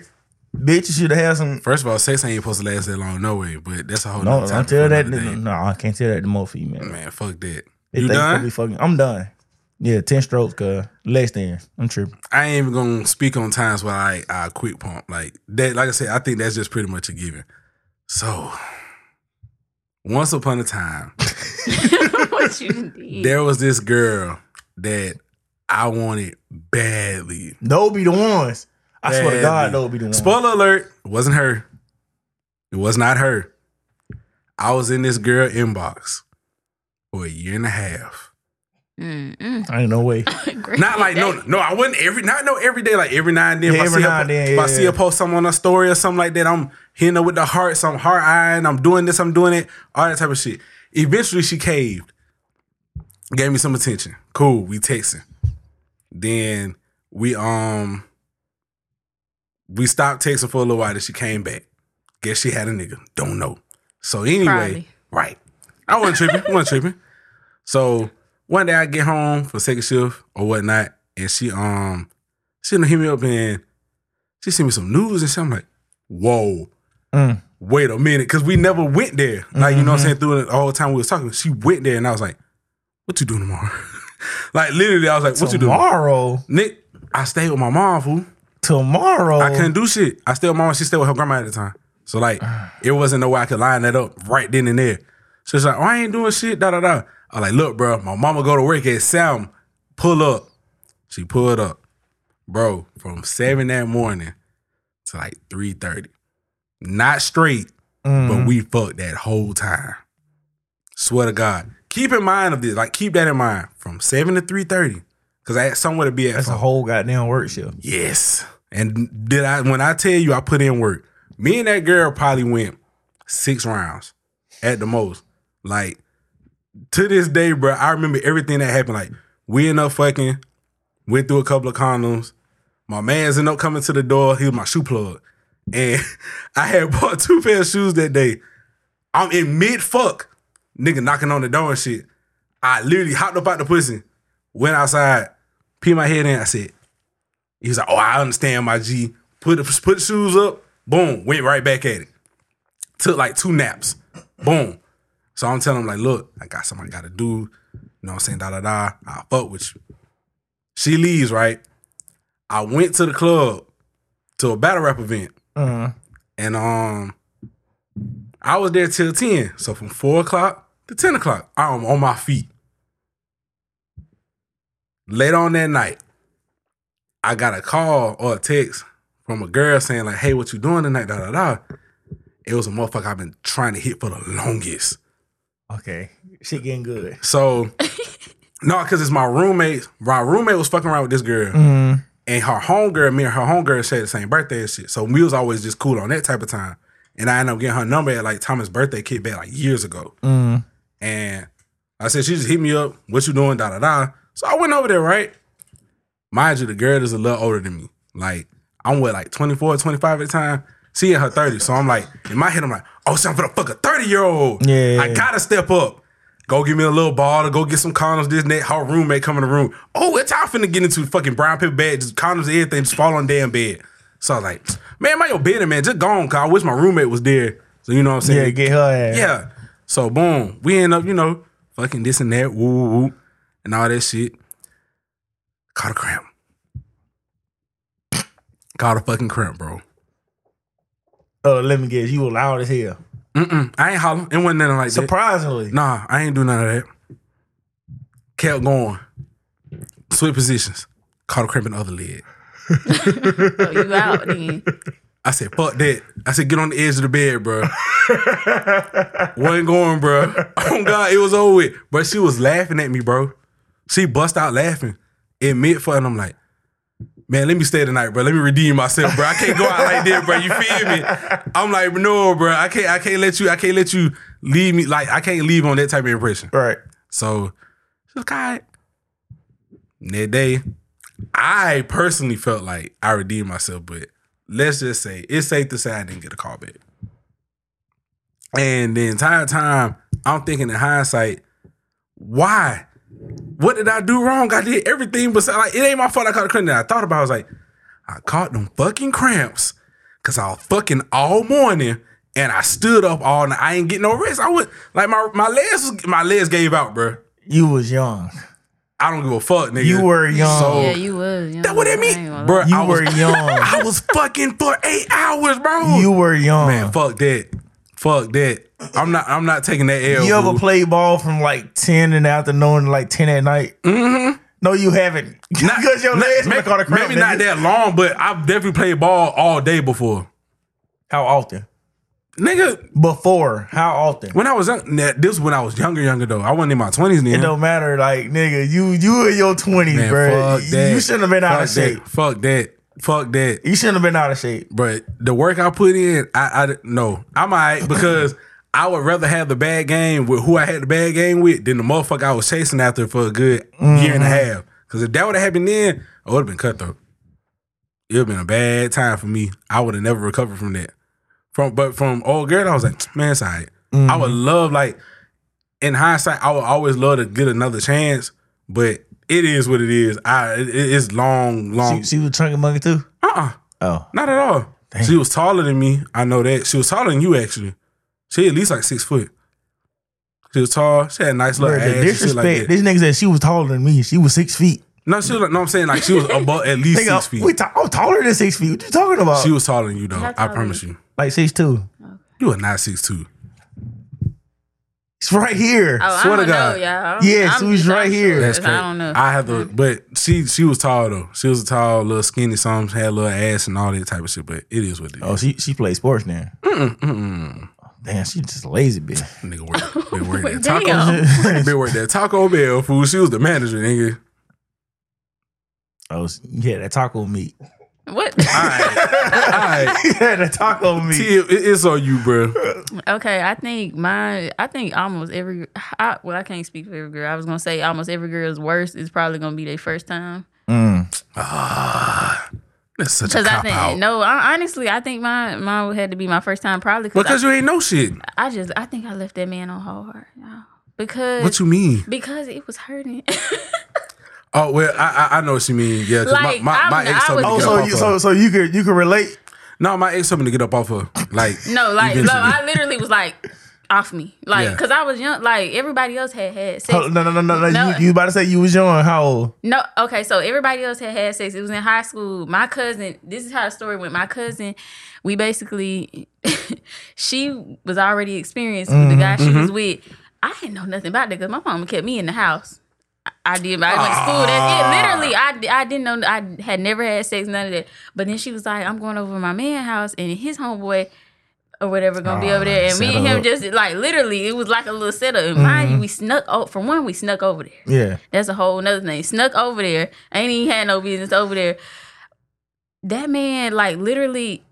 Speaker 2: bitch. You should have had some.
Speaker 1: First of all, sex ain't supposed to last that long, no way. But that's a whole
Speaker 2: No,
Speaker 1: nother
Speaker 2: don't
Speaker 1: topic
Speaker 2: tell
Speaker 1: for
Speaker 2: that.
Speaker 1: another
Speaker 2: No,
Speaker 1: day.
Speaker 2: no, I can't tell that to more female.
Speaker 1: Man, fuck that.
Speaker 2: They
Speaker 1: you
Speaker 2: think they Be
Speaker 1: done?
Speaker 2: fucking, I'm done. Yeah, ten strokes, cuz less than. I'm tripping.
Speaker 1: I ain't even gonna speak on times where I I quick pump like that. Like I said, I think that's just pretty much a given. So, once upon a time, *laughs*
Speaker 4: what you did?
Speaker 1: there was this girl that I wanted badly.
Speaker 2: Those be the ones. I swear to God, those be the ones.
Speaker 1: Spoiler alert, it wasn't her. It was not her. I was in this girl inbox for a year and a half.
Speaker 4: *laughs* Mm-mm.
Speaker 2: I ain't no way.
Speaker 1: Not like no, no. I wouldn't every not no every day. Like every now and then,
Speaker 2: Yeah,
Speaker 1: if, I
Speaker 2: every
Speaker 1: see
Speaker 2: now
Speaker 1: a,
Speaker 2: and then,
Speaker 1: if I
Speaker 2: yeah,
Speaker 1: see
Speaker 2: yeah.
Speaker 1: a post, something on a story or something like that, I'm hitting her with the hearts. I'm heart eyeing. I'm doing this. I'm doing it. All that type of shit. Eventually, she caved, gave me some attention. Cool. We texting. Then we um we stopped texting for a little while. Then she came back. Guess she had a nigga. Don't know. So anyway,
Speaker 4: Probably.
Speaker 1: right. I wasn't tripping. wasn't tripping. So one day I get home for second shift or whatnot, and she um she done hit me up and she sent me some news and shit. I'm like, whoa,
Speaker 2: Mm.
Speaker 1: wait a minute, because we never went there. Like you know what I'm saying? Through the whole time we was talking, she went there, and I was like, what you doing tomorrow? *laughs* like literally, I was like, what you doing,
Speaker 2: tomorrow,
Speaker 1: Nick? I stayed with my mom, fool.
Speaker 2: tomorrow.
Speaker 1: I couldn't do shit. I stayed with my mom. She stayed with her grandma at the time. So like *sighs* it wasn't no way I could line that up right then and there. So it's like, oh, I ain't doing shit, da da da. I like, look, bro, my mama go to work at Salmon, pull up. She pulled up. Bro, from seven that morning to like three thirty. Not straight, but we fucked that whole time. Swear to God. Keep in mind of this, like keep that in mind. From seven to three thirty. Cause I had somewhere to be at
Speaker 2: That's a
Speaker 1: from.
Speaker 2: whole goddamn work shift.
Speaker 1: Yes. And did I when I tell you I put in work, me and that girl probably went six rounds at the most. Like to this day, bro, I remember everything that happened. Like we ended up fucking, went through a couple of condoms. My man's ended up coming to the door. He was my shoe plug. And *laughs* I had bought two pair of shoes that day. I'm in mid fuck, nigga knocking on the door and shit. I literally hopped up out the pussy, went outside, peed my head in. I said, he was like, "Oh, I understand, my G." Put the, put the shoes up. Boom, went right back at it. Took like two naps. Boom. So I'm telling him like, "Look, I got something I got to do." You know what I'm saying? Da da da. I fuck with you. She leaves right. I went to the club to a battle rap event,
Speaker 2: Uh-huh.
Speaker 1: and um, I was there till ten. So from four o'clock to ten o'clock, I'm on my feet. Later on that night, I got a call or a text from a girl saying like, "Hey, what you doing tonight?" Da da da. It was a motherfucker I've been trying to hit for the longest.
Speaker 2: Okay, shit getting good.
Speaker 1: So, no, because it's my roommate. My roommate was fucking around with this girl,
Speaker 2: Mm-hmm.
Speaker 1: and her homegirl, me and her homegirl shared the same birthday and shit. So we was always just cool on that type of time. And I ended up getting her number at like Thomas' birthday kid back like years ago.
Speaker 2: Mm-hmm.
Speaker 1: And I said, she just hit me up. What you doing? Da da da. So I went over there, right? Mind you, the girl is a little older than me. Like, I'm what, like 24, 25 at the time? She in her 30s. So I'm like, in my head, I'm like, oh, so I'm for the fuck a 30 year old.
Speaker 2: Yeah.
Speaker 1: I gotta step up. Go give me a little ball to go get some condoms, this and that. Her roommate come in the room. Oh, it's time finna get into fucking brown paper bed, just condoms and everything, just fall on damn bed. So I was like, man, my your bed, man, just gone, cause I wish my roommate was there. So you know what I'm saying?
Speaker 2: Yeah, get her ass.
Speaker 1: Yeah. So boom, we end up, you know, fucking this and that, woo, woo, woo, and all that shit. Caught a cramp. Caught a fucking cramp, bro.
Speaker 2: Oh, let me guess, you were loud as hell.
Speaker 1: Mm-mm, I ain't hollering. It wasn't nothing like that.
Speaker 2: Surprisingly,
Speaker 1: Nah, I ain't do none of that. Kept going. Switch positions. Caught a cramp in the other leg.
Speaker 4: So you out then.
Speaker 1: I said, fuck that. I said, get on the edge of the bed, bro. Wasn't going, bro. *laughs* Oh God, it was over with. But she was laughing at me, bro. She bust out laughing in mid fun. I'm like, man, let me stay tonight, bro. Let me redeem myself, bro. I can't go out like that, bro. You feel me? I'm like, no, bro. I can't. I can't let you. I can't let you leave me. Like, I can't leave on that type of impression.
Speaker 2: right?
Speaker 1: So she's like, all right. And That day, I personally felt like I redeemed myself, but let's just say it's safe to say I didn't get a call back. And the entire time, I'm thinking in hindsight, why? What did I do wrong? I did everything but like it ain't my fault I caught a cramp. And I thought about it, I was like, I caught them fucking cramps because I was fucking all morning and I stood up all night. I ain't getting no rest. I would like my my legs was- my legs gave out, bruh.
Speaker 2: You was young.
Speaker 1: I don't give a fuck, nigga.
Speaker 2: You were young.
Speaker 1: *laughs* So-
Speaker 4: yeah, you was. You
Speaker 1: that what
Speaker 4: I
Speaker 1: that
Speaker 4: ain't
Speaker 1: mean,
Speaker 4: gonna
Speaker 1: bro.
Speaker 2: You
Speaker 1: I
Speaker 2: were
Speaker 1: was, *laughs*
Speaker 2: young.
Speaker 1: I was fucking for eight hours, bro.
Speaker 2: you were young.
Speaker 1: man, fuck that, fuck that. I'm not, I'm not taking that L.
Speaker 2: you ever
Speaker 1: boo.
Speaker 2: play ball from like ten in the afternoon to like ten at night? Mm-hmm. No, you haven't. *laughs*
Speaker 1: Not-
Speaker 2: because your
Speaker 1: not-
Speaker 2: legs
Speaker 1: maybe,
Speaker 2: been caught a cramp.
Speaker 1: maybe not
Speaker 2: nigga.
Speaker 1: that long, but I've definitely played ball all day before,
Speaker 2: How often?
Speaker 1: nigga.
Speaker 2: Before? How often?
Speaker 1: When I was young, nah, this was when I was younger, younger though. I wasn't in my twenties
Speaker 2: It
Speaker 1: then.
Speaker 2: don't matter, like nigga, you you in your twenties,
Speaker 1: Mm-hmm. Man,
Speaker 2: bro.
Speaker 1: fuck that.
Speaker 2: You shouldn't have been out
Speaker 1: fuck
Speaker 2: of shape.
Speaker 1: That. Fuck that. Fuck that.
Speaker 2: You shouldn't have been out of shape.
Speaker 1: But the work I put in, I, I no, I'm alright because *laughs* I would rather have the bad game with who I had the bad game with than the motherfucker I was chasing after for a good year and a half. Because if that would have happened then, I would have been cutthroat. It would have been a bad time for me. I would have never recovered from that. From but from old girl, I was like, man, it's alright. I would love like in hindsight, I would always love to get another chance, but it is what it is. I it, it's long, long.
Speaker 2: She, she was chunky monkey too.
Speaker 1: uh uh
Speaker 2: Oh,
Speaker 1: not at all. She was taller than me. I know that. She was taller than you actually. She at least like six foot. She was tall. She had nice
Speaker 2: bro,
Speaker 1: little
Speaker 2: the
Speaker 1: ass and shit
Speaker 2: disrespect.
Speaker 1: like that.
Speaker 2: this nigga said she was taller than me. She was six feet.
Speaker 1: No, she was like, no, I'm saying like she was above at least
Speaker 2: Nigga,
Speaker 1: six feet.
Speaker 2: we ta- I'm taller than six feet. What you talking about?
Speaker 1: She was taller than you though.
Speaker 4: How
Speaker 1: I
Speaker 4: tall
Speaker 1: promise you.
Speaker 2: like six two.
Speaker 4: lie.
Speaker 1: You are not six two.
Speaker 2: It's right here.
Speaker 4: Oh,
Speaker 1: Swear to
Speaker 4: I don't know,
Speaker 1: God.
Speaker 4: y'all.
Speaker 2: Yes,
Speaker 4: I'm
Speaker 2: we was
Speaker 4: just
Speaker 2: right
Speaker 4: not
Speaker 2: here.
Speaker 4: sure.
Speaker 1: That's
Speaker 4: I
Speaker 1: crazy.
Speaker 4: don't know.
Speaker 1: I have to, but she she was tall though. She was a tall, little skinny, some had a little ass and all that type of shit. But it is what it is.
Speaker 2: Oh, she she plays sports now. Damn, she just a lazy
Speaker 1: *laughs*
Speaker 2: bitch.
Speaker 1: Nigga
Speaker 4: *laughs*
Speaker 1: worked, been working at
Speaker 4: Damn.
Speaker 1: Taco, been working at Taco Bell food. She was the manager, nigga.
Speaker 2: oh, yeah, that taco meat. *laughs*
Speaker 4: What? *laughs*
Speaker 1: All right,
Speaker 2: yeah, that taco
Speaker 1: *laughs*
Speaker 2: meat.
Speaker 1: T, it- it's on you, bro.
Speaker 4: Okay, I think mine. I think almost every. I, well, I can't speak for every girl. I was gonna say almost every girl's worst is probably gonna be their first time.
Speaker 1: That's such a
Speaker 4: Because I
Speaker 1: cop
Speaker 4: think
Speaker 1: out.
Speaker 4: no, I, honestly, I think mine mine had to be my first time probably
Speaker 1: because
Speaker 4: because
Speaker 1: you ain't know shit.
Speaker 4: I, I just I think I left that man on hard. y'all. Because
Speaker 1: What you mean?
Speaker 4: because it was hurting. *laughs*
Speaker 1: Oh well, I I, I know what you mean. Yeah, 'cause
Speaker 4: Like,
Speaker 1: my, my, my
Speaker 4: I'm-
Speaker 1: ex
Speaker 4: I
Speaker 1: told me to
Speaker 2: Oh,
Speaker 1: get
Speaker 2: so
Speaker 1: up
Speaker 2: you
Speaker 1: off
Speaker 2: so
Speaker 1: her.
Speaker 2: so you could you can relate.
Speaker 1: No, my ex told me to get up off her. Like
Speaker 4: *laughs* no, like no,
Speaker 1: eventually.
Speaker 4: I literally was like off me, like
Speaker 1: Yeah.
Speaker 4: because I was young. Like everybody else had had sex.
Speaker 2: Oh, no, no, no, no, no.
Speaker 4: No.
Speaker 2: You, you about to say you was young? How old?
Speaker 4: No, okay, so everybody else had had sex. It was in high school. My cousin, this is how the story went. My cousin, we basically, *laughs* she was already experienced with the guy she was with. I didn't know nothing about that because my mama kept me in the house. I, I did. I went to school. That's it. Literally, I, di- I didn't know. I had never had sex, none of that. But then she was like, "I'm going over to my man's house and his homeboy." Or whatever, gonna be over there, and me and
Speaker 2: setup.
Speaker 4: him just like literally, it was like a little setup. And mind you, we snuck. Oh, for one, we snuck over there.
Speaker 2: Yeah.
Speaker 4: That's a whole nother thing. Snuck over there. Ain't even had no business over there. That man, like literally,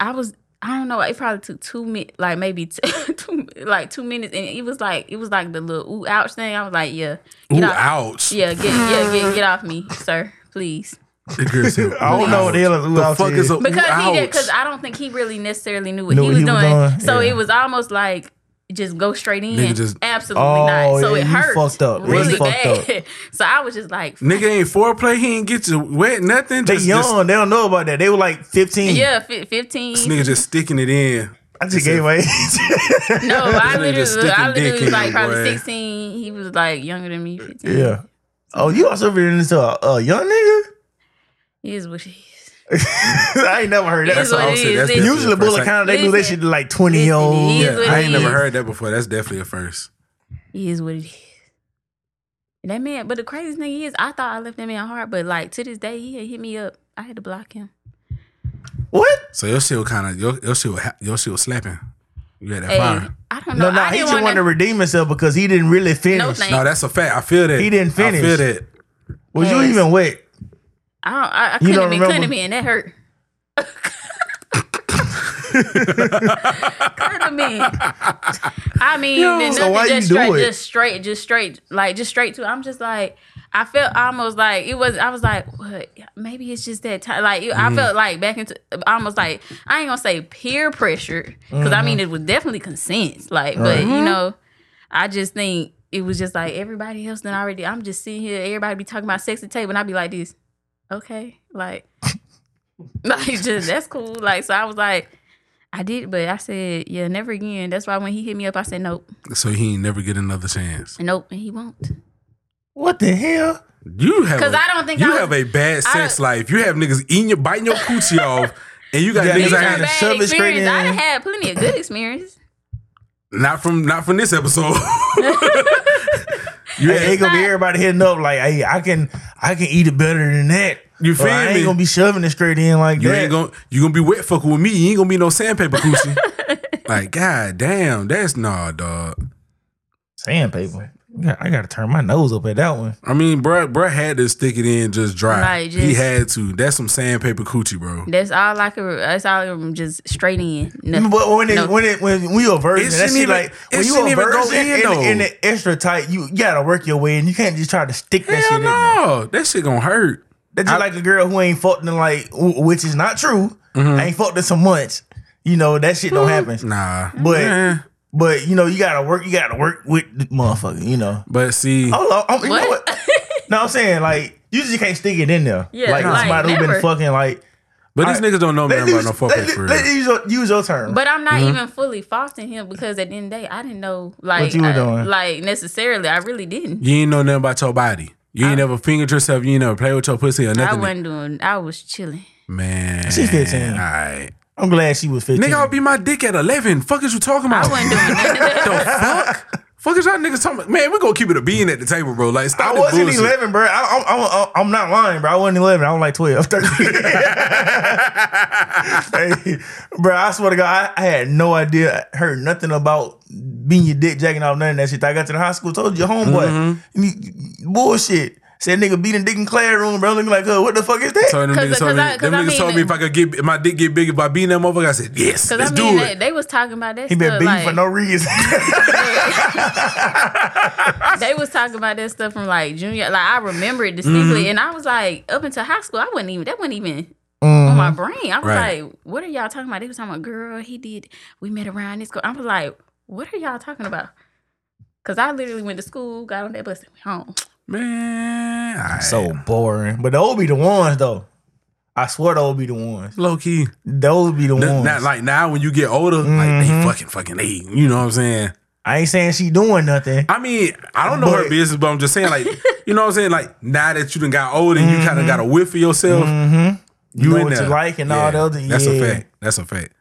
Speaker 4: I was. I don't know. It probably took two minutes, like maybe *laughs* two, two, like two minutes, and it was like it was like the little ooh ouch thing. I was like, yeah, get
Speaker 1: Ooh,
Speaker 4: off,
Speaker 1: ouch.
Speaker 4: yeah, get yeah, get get off me, sir, please.
Speaker 1: The girl said,
Speaker 2: *laughs* I don't
Speaker 1: "Ooh,
Speaker 2: know what the hell
Speaker 1: ouch."
Speaker 2: an ooh,
Speaker 1: The
Speaker 2: ouch
Speaker 1: fuck
Speaker 2: is.
Speaker 1: is a ooh,
Speaker 4: Because he did,
Speaker 1: ouch?
Speaker 4: because I don't think he really necessarily knew what
Speaker 2: Knew
Speaker 4: he
Speaker 2: what he
Speaker 4: was
Speaker 2: was
Speaker 4: doing.
Speaker 2: doing?
Speaker 4: So
Speaker 2: Yeah.
Speaker 4: it was almost like just go straight in.
Speaker 1: Nigga just-
Speaker 4: Absolutely
Speaker 2: Oh,
Speaker 4: not. So
Speaker 2: yeah,
Speaker 4: it
Speaker 2: you
Speaker 4: hurt.
Speaker 2: fucked up. Yeah, you
Speaker 4: Really
Speaker 2: fucked up.
Speaker 4: bad. *laughs* so I was just like,
Speaker 1: Nigga ain't foreplay. He ain't get you wet. Nothing.
Speaker 2: They
Speaker 1: Just,
Speaker 2: young.
Speaker 1: just
Speaker 2: they don't know about that. They were like fifteen.
Speaker 4: Yeah, fi- fifteen.
Speaker 1: this nigga just sticking it in.
Speaker 2: I just gave away. *laughs*
Speaker 4: No, I
Speaker 1: nigga just
Speaker 4: literally, I
Speaker 1: sticking dick
Speaker 4: literally
Speaker 1: in
Speaker 4: was like
Speaker 1: you,
Speaker 4: probably
Speaker 1: boy.
Speaker 4: sixteen. He was like younger than me. 15.
Speaker 2: yeah. Oh, you also been into a, a young nigga? *laughs*
Speaker 4: he is what he is.
Speaker 2: I ain't never heard
Speaker 4: It
Speaker 2: that.
Speaker 4: is what
Speaker 1: I
Speaker 4: it
Speaker 1: would say
Speaker 4: is.
Speaker 1: that's
Speaker 4: Listen,
Speaker 1: usually-
Speaker 2: Usually, bullet
Speaker 1: Listen.
Speaker 2: kind of they do that shit to like twenty year
Speaker 4: Listen,
Speaker 2: old.
Speaker 4: he is
Speaker 1: Yeah,
Speaker 4: what
Speaker 1: I
Speaker 4: he
Speaker 1: ain't never
Speaker 4: is.
Speaker 1: heard that before. That's definitely a first.
Speaker 4: He is what it is. And that man, but the craziest thing is, I thought I left that man hard, but like to this day, he had hit me up. I had to block him.
Speaker 2: What?
Speaker 1: So your shit was kind of your, your shit was ha- your shit was slapping. You had that
Speaker 4: Hey,
Speaker 1: fire.
Speaker 4: I don't
Speaker 2: No,
Speaker 4: know.
Speaker 2: no,
Speaker 4: I
Speaker 2: he
Speaker 4: didn't
Speaker 2: just
Speaker 4: want
Speaker 2: wanted to
Speaker 4: that-
Speaker 2: redeem himself because he didn't really
Speaker 4: No,
Speaker 2: finish.
Speaker 4: thank-
Speaker 1: No, that's a fact. I feel that.
Speaker 2: He didn't
Speaker 1: I
Speaker 2: finish.
Speaker 1: feel that.
Speaker 2: Was you
Speaker 4: Yes.
Speaker 2: even wet?
Speaker 4: I, don't, I, I
Speaker 2: You
Speaker 4: couldn't
Speaker 2: don't
Speaker 4: be,
Speaker 2: remember?
Speaker 4: couldn't be, and that
Speaker 2: *laughs*
Speaker 4: hurt. Couldn't have been. I mean, nothing,
Speaker 2: So why
Speaker 4: just
Speaker 2: you do
Speaker 4: straight,
Speaker 2: it?
Speaker 4: just straight, just straight, like just straight to. I'm just like, I felt almost like it was. I was like, what? Maybe it's just that time. Like it- I felt like back into almost like I ain't gonna say peer pressure because I mean it was definitely consent. Like, but you know, I just think it was just like everybody else. Then already, I'm just sitting here. Everybody be talking about sex and tape, and I be like this. Okay, like, *laughs* like just that's cool. Like, so I was like. I did, but I said, yeah, never again. That's why when he hit me up, I said, nope,
Speaker 1: So he ain't never get another chance.
Speaker 4: nope, and he won't.
Speaker 2: What the hell?
Speaker 1: You have
Speaker 4: 'Cause
Speaker 1: I
Speaker 4: I don't think
Speaker 1: you
Speaker 4: I was-
Speaker 1: have a bad sex life. You have niggas eating your biting your
Speaker 4: *laughs*
Speaker 1: coochie off, and you got
Speaker 2: Yeah,
Speaker 1: niggas
Speaker 4: These
Speaker 2: I
Speaker 4: are
Speaker 1: out here
Speaker 2: had to
Speaker 4: bad
Speaker 2: shove it
Speaker 4: experiences.
Speaker 2: straight
Speaker 4: I
Speaker 2: in.
Speaker 4: done had plenty of good experiences.
Speaker 1: Not from not from this
Speaker 2: *laughs*
Speaker 1: episode. you,
Speaker 2: Hey, ain't
Speaker 1: had,
Speaker 2: gonna be
Speaker 4: not-
Speaker 2: everybody hitting up like, hey, I can, I can eat it better than that.
Speaker 1: You
Speaker 2: Or
Speaker 1: feel
Speaker 2: I ain't
Speaker 1: me?
Speaker 2: gonna be shoving it straight in like
Speaker 1: you
Speaker 2: that.
Speaker 1: ain't gonna you gonna be wet fucking with me. You ain't gonna be no sandpaper
Speaker 4: *laughs*
Speaker 1: coochie. like god damn, that's nah, dog.
Speaker 2: Sandpaper. Yeah, I gotta turn my nose up at that one.
Speaker 1: I mean, bruh, bruh had to stick it in just dry.
Speaker 4: Like,
Speaker 1: he
Speaker 4: just-
Speaker 1: had to. That's some sandpaper coochie, bro.
Speaker 4: That's all I could. That's all I'm just straight in.
Speaker 2: *laughs*
Speaker 4: Nothing.
Speaker 2: But when it,
Speaker 4: No.
Speaker 2: when it when when you a virgin,
Speaker 1: It
Speaker 2: that
Speaker 1: shouldn't
Speaker 2: shit
Speaker 1: even-
Speaker 2: like
Speaker 1: it
Speaker 2: when you
Speaker 1: shouldn't
Speaker 2: a
Speaker 1: even go
Speaker 2: virgin
Speaker 1: in,
Speaker 2: in,
Speaker 1: though.
Speaker 2: in the extra tight, you, you gotta work your way in. You can't just try to stick that shit
Speaker 1: Hell
Speaker 2: in there.
Speaker 1: no, that shit gonna hurt.
Speaker 2: That's just like a girl who ain't fucked in like, w- which is not true.
Speaker 1: Mm-hmm.
Speaker 2: Ain't fucked in some months. You know that shit don't
Speaker 1: Hmm.
Speaker 2: happen.
Speaker 1: Nah,
Speaker 2: But-
Speaker 1: Eh.
Speaker 2: But you know you gotta work. You gotta work with the motherfucker. You know.
Speaker 1: but see,
Speaker 2: Hold on. I'm- you know
Speaker 4: What?
Speaker 2: what? no, I'm saying like you just can't stick it in there.
Speaker 4: Yeah,
Speaker 2: like,
Speaker 4: like,
Speaker 2: somebody who been
Speaker 4: never.
Speaker 2: fucking like.
Speaker 1: but these
Speaker 2: Alright.
Speaker 1: niggas don't know
Speaker 2: Let's
Speaker 1: nothing about
Speaker 2: use,
Speaker 1: no fuck
Speaker 2: let's,
Speaker 1: for
Speaker 2: let's
Speaker 1: real.
Speaker 2: use, your, use your term.
Speaker 4: But I'm
Speaker 2: Mm-hmm.
Speaker 4: not even fully faulting him because at the end of the day, I didn't know like
Speaker 2: you were
Speaker 4: I-
Speaker 2: doing.
Speaker 4: like necessarily. I really didn't.
Speaker 1: You ain't know nothing about your body. You ain't never fingered yourself. You ain't never played with your pussy or
Speaker 4: I
Speaker 1: nothing.
Speaker 4: wasn't doing. I was chilling.
Speaker 1: Man,
Speaker 2: She 15.
Speaker 1: All right,
Speaker 2: I'm glad she was 15.
Speaker 1: Nigga, I'll be my dick at 11. Fuck is you talking about?
Speaker 4: I
Speaker 2: *laughs*
Speaker 4: wasn't doing none of
Speaker 1: the
Speaker 4: *laughs* that.
Speaker 1: fuck? Fuck is y'all niggas talking about? Man, we gonna keep it a bean at the table, bro. Like, stop
Speaker 2: I
Speaker 1: the
Speaker 2: wasn't
Speaker 1: bullshit.
Speaker 2: 11, bro. I, I, I, I'm not lying, bro. I wasn't 11. I was like *laughs*
Speaker 1: *laughs*
Speaker 2: 12, 13. hey, bro, I swear to God, I, I had no idea, I heard nothing about being your dick jacking off, none of that shit. I got to the high school, told your homeboy,
Speaker 1: Mm-hmm.
Speaker 2: and he- bullshit. Said nigga beating dick in classroom, bro. Looking like, uh, what the fuck is that?
Speaker 1: So them
Speaker 4: 'Cause-
Speaker 1: niggas told
Speaker 4: 'cause
Speaker 1: me,
Speaker 4: I- 'cause
Speaker 1: them
Speaker 4: I
Speaker 1: niggas
Speaker 4: mean
Speaker 1: told me
Speaker 4: that-
Speaker 1: if I could get my dick get big by being that motherfucker. I said yes, let's
Speaker 4: Because I mean,
Speaker 1: do
Speaker 4: they,
Speaker 1: it.
Speaker 4: they was talking about that
Speaker 2: He
Speaker 4: stuff.
Speaker 2: been beating
Speaker 4: like,
Speaker 2: for
Speaker 1: *laughs*
Speaker 2: no reason.
Speaker 4: they was talking about that stuff from like junior. Like I remember it distinctly,
Speaker 2: Mm-hmm.
Speaker 4: and I was like, up until high school, I wasn't even. That wasn't even on
Speaker 2: Mm-hmm.
Speaker 4: my brain. I was
Speaker 1: Right.
Speaker 4: like, what are y'all talking about? They was talking about girl. He did. We met around this. Girl. I was like, what are y'all talking about? Because I literally went to school, got on that bus, and went home.
Speaker 1: Man, alright.
Speaker 2: so boring. But those be the ones though. I swear those be the ones.
Speaker 1: low key.
Speaker 2: Those be the
Speaker 1: N-
Speaker 2: ones.
Speaker 1: Not like now when you get older, like
Speaker 2: Mm-hmm.
Speaker 1: they fucking fucking they. You know what I'm saying?
Speaker 2: I ain't saying she doing nothing.
Speaker 1: I mean, I don't know her
Speaker 2: But-
Speaker 1: business, but I'm just saying, like, you know what I'm saying? Like now that you done got older, you kind of got a whiff of yourself. You
Speaker 2: Mm-hmm. know
Speaker 1: in
Speaker 2: what you
Speaker 1: there.
Speaker 2: like and all the other-
Speaker 1: That's a
Speaker 2: yeah.
Speaker 1: fact. That's a fact.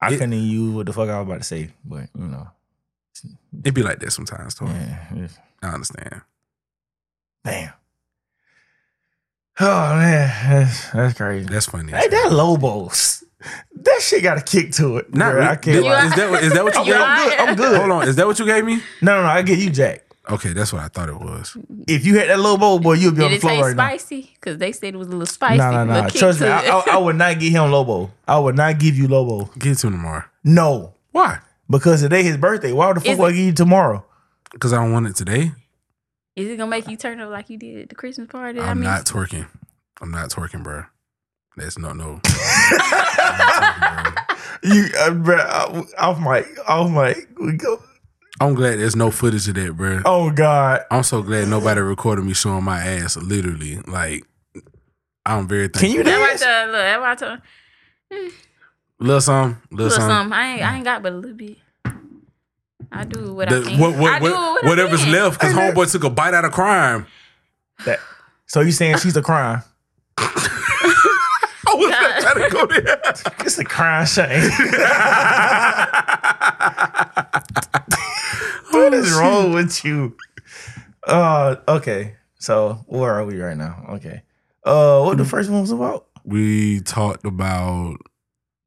Speaker 2: I
Speaker 1: It-
Speaker 2: couldn't even use what the fuck I was about to say, but you know.
Speaker 1: It be like that sometimes, though.
Speaker 2: Yeah, it's-
Speaker 1: I understand.
Speaker 2: Damn. Oh man, that's, that's crazy.
Speaker 1: That's funny.
Speaker 2: Hey, that Lobos. That shit got a kick to it.
Speaker 1: Not
Speaker 2: bro.
Speaker 1: really.
Speaker 2: I can't
Speaker 1: Did-
Speaker 2: lie.
Speaker 1: Is that what- is that
Speaker 4: *laughs*
Speaker 1: what you
Speaker 2: I'm, good.
Speaker 1: got?
Speaker 4: are?
Speaker 2: I'm good.
Speaker 1: Hold on, is that what you gave me?
Speaker 2: No, no, no. I get you, Jack.
Speaker 1: Okay, that's what I thought it was.
Speaker 2: If you had that Lobo boy, you'd be on
Speaker 4: Did
Speaker 2: the
Speaker 4: it
Speaker 2: floor
Speaker 4: taste
Speaker 2: right
Speaker 4: spicy? Because they said it was a little
Speaker 2: now.
Speaker 4: spicy.
Speaker 2: No, no,
Speaker 4: little
Speaker 2: no.
Speaker 4: kick
Speaker 2: Trust
Speaker 4: to
Speaker 2: me, I,
Speaker 4: it.
Speaker 2: I, I would not get him Lobo. I would not give you Lobo.
Speaker 1: Get it to him tomorrow.
Speaker 2: No,
Speaker 1: Why?
Speaker 2: because today his birthday. Why the fuck
Speaker 4: Is
Speaker 2: would I give you tomorrow?
Speaker 1: Because I don't want it today.
Speaker 4: Is it gonna make you turn up like you did at the Christmas party?
Speaker 1: I'm
Speaker 4: mean,
Speaker 1: not twerking. I'm not twerking, bro. That's no, no. *laughs*
Speaker 2: You, uh, bro, I, I'm like, I'm like, we go.
Speaker 1: I'm glad there's no footage of that, bro.
Speaker 2: Oh God.
Speaker 1: I'm so glad nobody recorded me showing my ass. Literally, like I'm very
Speaker 2: Can
Speaker 1: thankful.
Speaker 2: you
Speaker 4: *laughs* That right
Speaker 2: dance?
Speaker 4: there, look, that right there.
Speaker 1: little something, little,
Speaker 4: Look,
Speaker 1: something.
Speaker 4: some I ain't, I ain't got but a little bit. I do what I
Speaker 1: The-
Speaker 4: can.
Speaker 1: what- what-
Speaker 4: I do
Speaker 1: what-
Speaker 4: what I
Speaker 1: whatever's
Speaker 4: can.
Speaker 1: left, because homeboy took a bite out of
Speaker 4: *laughs*
Speaker 1: crime.
Speaker 2: That- So you saying she's
Speaker 1: *laughs*
Speaker 2: a crime?
Speaker 1: I was not trying to go there.
Speaker 2: It's a crime *laughs* shame. what is wrong with you? Oh, Uh, okay. So where are we right now? Okay. Uh, what the first one was about?
Speaker 1: *laughs* We talked about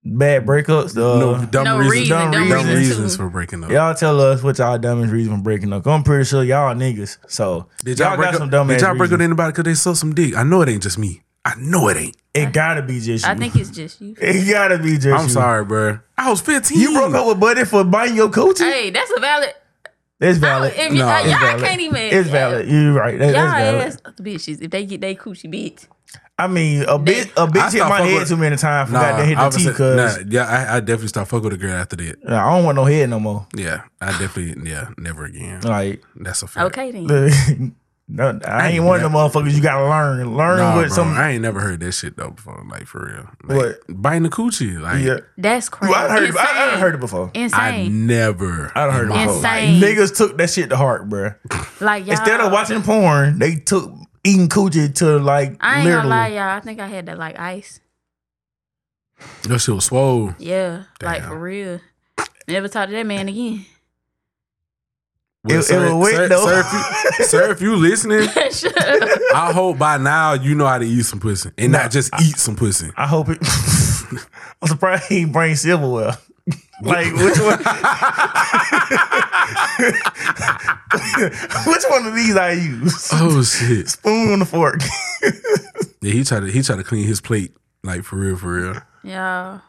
Speaker 2: Bad breakups. Uh,
Speaker 1: no dumb
Speaker 4: No
Speaker 1: reasons,
Speaker 4: reason,
Speaker 2: dumb
Speaker 4: dumb
Speaker 1: dumb
Speaker 4: reason.
Speaker 1: reasons
Speaker 4: to-
Speaker 1: for breaking up.
Speaker 2: Y'all tell us what y'all dumbest reason for breaking up. I'm pretty sure y'all niggas. So
Speaker 1: Did y'all, break
Speaker 2: got some
Speaker 1: up?
Speaker 2: dumb
Speaker 1: Did
Speaker 2: ass
Speaker 1: y'all break up
Speaker 2: reason.
Speaker 1: with anybody because they sucked some dick? I know it ain't just me. I know it ain't.
Speaker 2: It gotta be just you.
Speaker 4: I think it's just you.
Speaker 2: it gotta be just
Speaker 1: I'm
Speaker 2: you.
Speaker 1: sorry, bro. I was 15.
Speaker 2: You broke up with Buddy for buying your coochie.
Speaker 4: hey, that's a valid.
Speaker 2: It's
Speaker 4: I,
Speaker 2: valid.
Speaker 4: if you,
Speaker 1: No,
Speaker 4: I,
Speaker 1: it's
Speaker 4: y'all
Speaker 2: valid.
Speaker 4: can't even.
Speaker 2: It's valid. You're right. That-
Speaker 4: Y'all
Speaker 2: that's valid.
Speaker 4: ass bitches if they get they coochie bit.
Speaker 2: I mean, a bitch, a bitch hit
Speaker 1: stopped
Speaker 2: my
Speaker 1: fucking
Speaker 2: head
Speaker 1: with-
Speaker 2: too many times.
Speaker 1: Nah,
Speaker 2: Forgot to hit
Speaker 1: I
Speaker 2: the
Speaker 1: was
Speaker 2: teeth.
Speaker 1: a-
Speaker 2: Cause
Speaker 1: nah, yeah, I, I definitely stopped fucking with a girl after that.
Speaker 2: nah, I don't want no head no more.
Speaker 1: Yeah, I definitely, yeah, never again.
Speaker 2: Like, *laughs*
Speaker 1: That's a fact.
Speaker 4: Okay then.
Speaker 2: no, I ain't one of them motherfuckers. You gotta learn, learn
Speaker 1: Nah,
Speaker 2: what
Speaker 1: bro,
Speaker 2: some.
Speaker 1: I ain't never heard that shit though before, like for real. Like, biting the coochie, like
Speaker 2: yeah,
Speaker 4: That's crazy.
Speaker 2: Well, I heard, I, I done
Speaker 4: Insane.
Speaker 2: heard it before.
Speaker 1: I
Speaker 4: Insane.
Speaker 1: never.
Speaker 2: I done heard it
Speaker 1: in my
Speaker 2: before.
Speaker 1: life-
Speaker 2: Like,
Speaker 4: Insane.
Speaker 2: niggas took that shit to heart, bruh.
Speaker 4: like y'all.
Speaker 2: Instead of watching porn, they took eating coochie to like
Speaker 4: I ain't
Speaker 2: literal.
Speaker 4: gonna lie, y'all. I think I had that like ice.
Speaker 1: That shit was swole.
Speaker 4: Yeah, like
Speaker 1: Damn.
Speaker 4: for real. Never talk to that man again. *laughs*
Speaker 1: Well,
Speaker 2: it was wet, though.
Speaker 1: sir, if you, sir, if you listening,
Speaker 4: Shut up.
Speaker 1: I hope by now you know how to eat some pussy and not just eat some pussy.
Speaker 2: I hope it. *laughs* I'm surprised he ain't bring silverware. *laughs* like which one? *laughs* which one of these
Speaker 1: *laughs*
Speaker 2: I use?
Speaker 1: Oh shit!
Speaker 2: Spoon on the *laughs* fork.
Speaker 1: Yeah, he tried to he tried to clean his plate like for real, for real.
Speaker 4: Y'all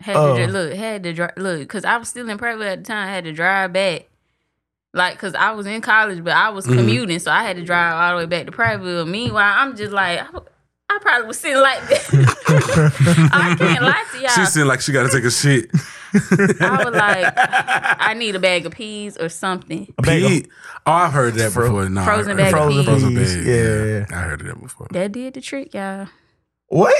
Speaker 4: had
Speaker 2: Oh.
Speaker 4: to dri- look, had to dri look, because I was still in private at the time. I had to drive back, like, because I was in college, but I was
Speaker 1: Mm-hmm.
Speaker 4: commuting, so I had to drive all the way back to private. Meanwhile, I'm just like, I, I probably was sitting like this. *laughs* I can't lie to y'all.
Speaker 1: She seemed like she got to take a shit.
Speaker 4: I was like, I need a bag of peas
Speaker 1: *laughs*
Speaker 4: or something.
Speaker 2: bagel.
Speaker 1: Pete. Oh, I've heard that before. Nah,
Speaker 4: frozen
Speaker 1: I heard
Speaker 4: bag
Speaker 1: that.
Speaker 4: of peas.
Speaker 1: Frozen
Speaker 2: Peas,
Speaker 1: bag.
Speaker 2: yeah.
Speaker 1: Yeah, I heard of that before.
Speaker 4: That did the trick, y'all.
Speaker 2: What?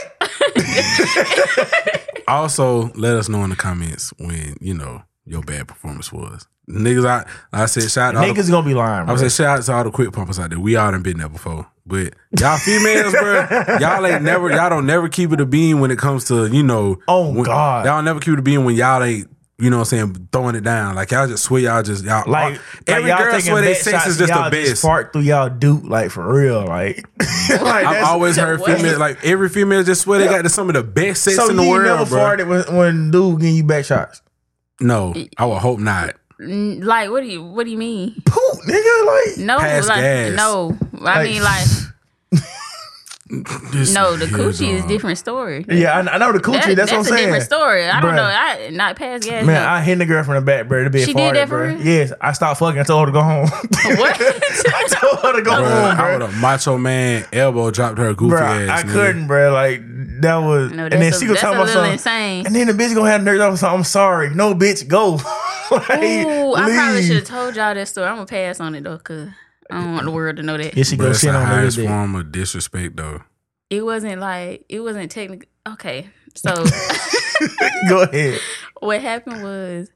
Speaker 1: Also, let us know in the comments when you know your bad performance was. Niggas, I I said shout out.
Speaker 2: Niggas gonna be lying.
Speaker 1: I
Speaker 2: bro.
Speaker 1: was saying shout out to all the quick pumpers out there. We all done been there before. But y'all females,
Speaker 2: *laughs*
Speaker 1: bro, y'all ain't never, y'all don't never keep it a beam when it comes to, you know.
Speaker 2: Oh,
Speaker 1: when-
Speaker 2: God.
Speaker 1: Y'all never keep it a beam when y'all ain't, you know what I'm saying, throwing it down. Like, y'all just swear y'all just, y'all.
Speaker 2: Like,
Speaker 1: all-
Speaker 2: like
Speaker 1: every
Speaker 2: y'all
Speaker 1: girl
Speaker 2: taking
Speaker 1: swear they
Speaker 2: back
Speaker 1: sex
Speaker 2: shots
Speaker 1: is
Speaker 2: and
Speaker 1: just
Speaker 2: y'all
Speaker 1: the best.
Speaker 2: Just fart through y'all dupe, like for real, like. *laughs* like
Speaker 1: I've
Speaker 2: that's-
Speaker 1: always heard
Speaker 4: What?
Speaker 1: females, like, every female just swear they got to some of the best sex
Speaker 2: so
Speaker 1: in the
Speaker 2: you ain't
Speaker 1: world,
Speaker 2: never
Speaker 1: bro.
Speaker 2: farted when, when dude getting you back shots.
Speaker 1: No, I would hope not.
Speaker 4: N- Like, what do you what do you mean?
Speaker 2: Poop, nigga, like
Speaker 4: No,
Speaker 1: Pass
Speaker 4: like
Speaker 1: gas.
Speaker 4: no. I
Speaker 2: Like-
Speaker 4: mean, like
Speaker 1: This uh,
Speaker 4: no. The
Speaker 1: here,
Speaker 4: coochie is
Speaker 1: dog.
Speaker 4: different story.
Speaker 2: *laughs* yeah, I, I know the coochie.
Speaker 4: That-
Speaker 2: that's, what I'm
Speaker 4: a
Speaker 2: saying.
Speaker 4: different story. I don't
Speaker 2: Bruh.
Speaker 4: know. I not pass gas.
Speaker 2: Man,
Speaker 4: no.
Speaker 2: I hit the girl from the back, bro. To be
Speaker 4: She did
Speaker 2: farted,
Speaker 4: that for
Speaker 2: bro.
Speaker 4: real?
Speaker 2: Yes, I stopped fucking. I told her to go home. *laughs* I
Speaker 4: *laughs* what?
Speaker 2: told her to go
Speaker 1: Bro,
Speaker 2: home,
Speaker 1: I
Speaker 2: bro.
Speaker 1: would have macho man elbow dropped her goofy
Speaker 2: Bro, I
Speaker 1: ass. nigga.
Speaker 2: couldn't, bro. Like that was,
Speaker 4: No,
Speaker 2: and
Speaker 4: that's
Speaker 2: then
Speaker 4: a-
Speaker 2: she was
Speaker 4: that's
Speaker 2: talking
Speaker 4: a
Speaker 2: about
Speaker 4: little
Speaker 2: something.
Speaker 4: insane.
Speaker 2: And then the bitch gonna have nerves. I was like, I'm sorry, no, bitch, go. *laughs* like,
Speaker 4: Ooh, I probably
Speaker 2: leave.
Speaker 4: should
Speaker 2: *laughs*
Speaker 4: have told y'all that story. I'm gonna pass on it though, cause I don't want the world to know that.
Speaker 2: Yeah, she
Speaker 1: Bro,
Speaker 2: go
Speaker 1: that's
Speaker 2: shit
Speaker 1: the
Speaker 2: on
Speaker 1: highest
Speaker 2: the dick.
Speaker 1: form of disrespect, though.
Speaker 4: It wasn't like it wasn't technical. Okay, so
Speaker 2: *laughs* Go ahead.
Speaker 4: what happened was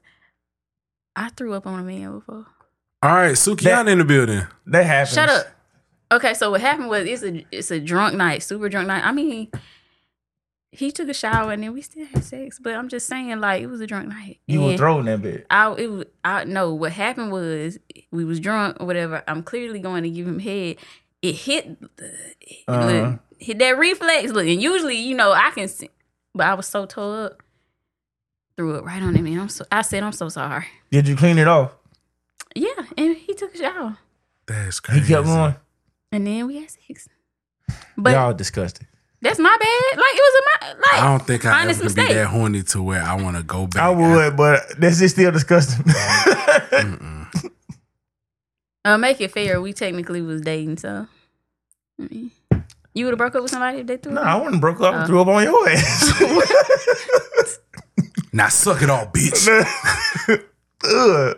Speaker 4: I threw up on a man before.
Speaker 1: All right, Sukiana
Speaker 2: That-
Speaker 1: in the building.
Speaker 2: That happens.
Speaker 4: Shut up. Okay, so what happened was it's a it's a drunk night, super drunk night. I mean, he took a shower and then we still had sex, but I'm just saying like it was a drunk night.
Speaker 2: You were
Speaker 4: And-
Speaker 2: throwing that bitch.
Speaker 4: I it was, I know what happened was we was drunk or whatever. I'm clearly going to give him head. It hit it
Speaker 2: Uh-huh.
Speaker 4: look, hit that reflex look, and usually you know I can see, but I was so tore up, threw it right on him. And I'm so I said I'm so sorry.
Speaker 2: Did you clean it off?
Speaker 4: Yeah, and he took a shower,
Speaker 1: That's
Speaker 2: He
Speaker 1: crazy.
Speaker 2: kept going.
Speaker 4: and then we had sex. But
Speaker 2: Y'all disgusted.
Speaker 4: that's my bad. Like it was a my like
Speaker 1: I don't think I ever
Speaker 4: Honest
Speaker 1: could be
Speaker 4: mistake.
Speaker 1: that horny to where I want to go back.
Speaker 2: I would, but that's just still disgusting. *laughs*
Speaker 4: uh, make it fair. We technically was dating, so I mean, you would have broke up with somebody if they threw.
Speaker 2: no,
Speaker 4: it?
Speaker 2: I wouldn't broke
Speaker 4: Uh.
Speaker 2: up. and threw up on your
Speaker 4: *laughs*
Speaker 2: ass. *laughs*
Speaker 1: Now suck it all,
Speaker 2: *laughs*
Speaker 1: bitch.
Speaker 2: Ugh.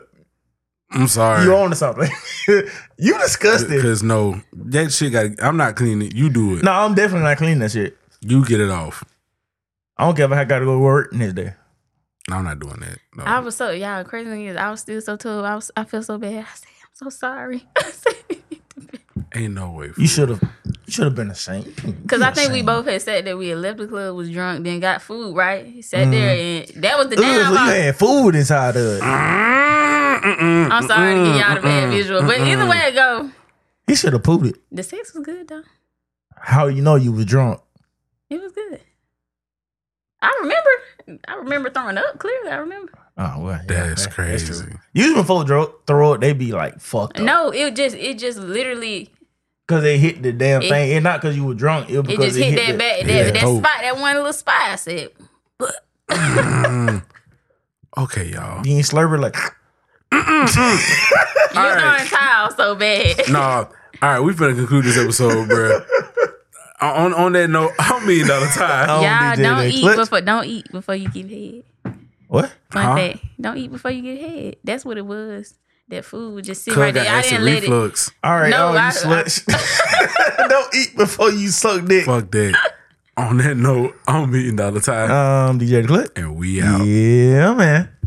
Speaker 1: I'm sorry.
Speaker 2: You on to something. *laughs* you disgusted.
Speaker 1: Because no, that shit got. I'm not cleaning it. You do it.
Speaker 2: No, I'm definitely not cleaning that shit.
Speaker 1: You get it off.
Speaker 2: I don't care if I gotta go to work next day.
Speaker 1: I'm not doing that. No.
Speaker 4: I was so y'all crazy thing is I was still so tough. I was I feel so bad. I said I'm so sorry. *laughs* I said-
Speaker 1: Ain't no way. *laughs*
Speaker 2: You should have you should have been ashamed.
Speaker 4: Cause I think we both had said that we had left the club, was drunk, then got food, right? He sat there and that was the
Speaker 2: Ugh, so you
Speaker 4: downfall.
Speaker 2: had food inside of it.
Speaker 1: Mm-mm-mm.
Speaker 4: I'm sorry to give y'all the bad visual. But either way it go,
Speaker 2: He should have pooped it.
Speaker 4: the sex was good though.
Speaker 2: How you know you was drunk?
Speaker 4: It was good. I remember I remember throwing up, clearly I remember.
Speaker 2: Oh well, yeah,
Speaker 1: That's
Speaker 2: that-
Speaker 1: crazy.
Speaker 2: true. Usually when folks throw, throw it, they be like fucked up
Speaker 4: No, it just it just literally
Speaker 2: because they hit the damn
Speaker 4: It-
Speaker 2: thing. And not because you were drunk, it was
Speaker 4: it
Speaker 2: because
Speaker 4: just
Speaker 2: it
Speaker 4: hit, that
Speaker 2: the-
Speaker 4: back
Speaker 1: yeah,
Speaker 4: that, that
Speaker 1: dope.
Speaker 4: spot, that one little spot. I said,
Speaker 1: okay, y'all.
Speaker 2: You ain't slurping like
Speaker 4: You throwing towel so bad.
Speaker 1: Nah. All right, we finna conclude this episode, bro. *laughs* on on that note, I'm million dollar tie.
Speaker 2: don't
Speaker 4: Y'all
Speaker 2: do that,
Speaker 4: don't
Speaker 2: they
Speaker 4: eat
Speaker 2: clutch.
Speaker 4: before don't eat before you give head.
Speaker 2: what?
Speaker 4: Fun
Speaker 1: Huh?
Speaker 4: fact: Don't eat before you get head. That's what it was. That food was just sitting
Speaker 1: Cause I
Speaker 4: right
Speaker 1: got
Speaker 4: there. I
Speaker 1: acid
Speaker 4: didn't let it.
Speaker 1: reflux.
Speaker 2: All right,
Speaker 4: No,
Speaker 2: oh, you
Speaker 4: I- I-
Speaker 2: sluts. *laughs* Don't eat before you suck dick.
Speaker 1: Fuck *laughs* that. on that note, I'm million dollar tie,
Speaker 2: Um, DJ the Clip.
Speaker 1: and we out.
Speaker 2: Yeah, man.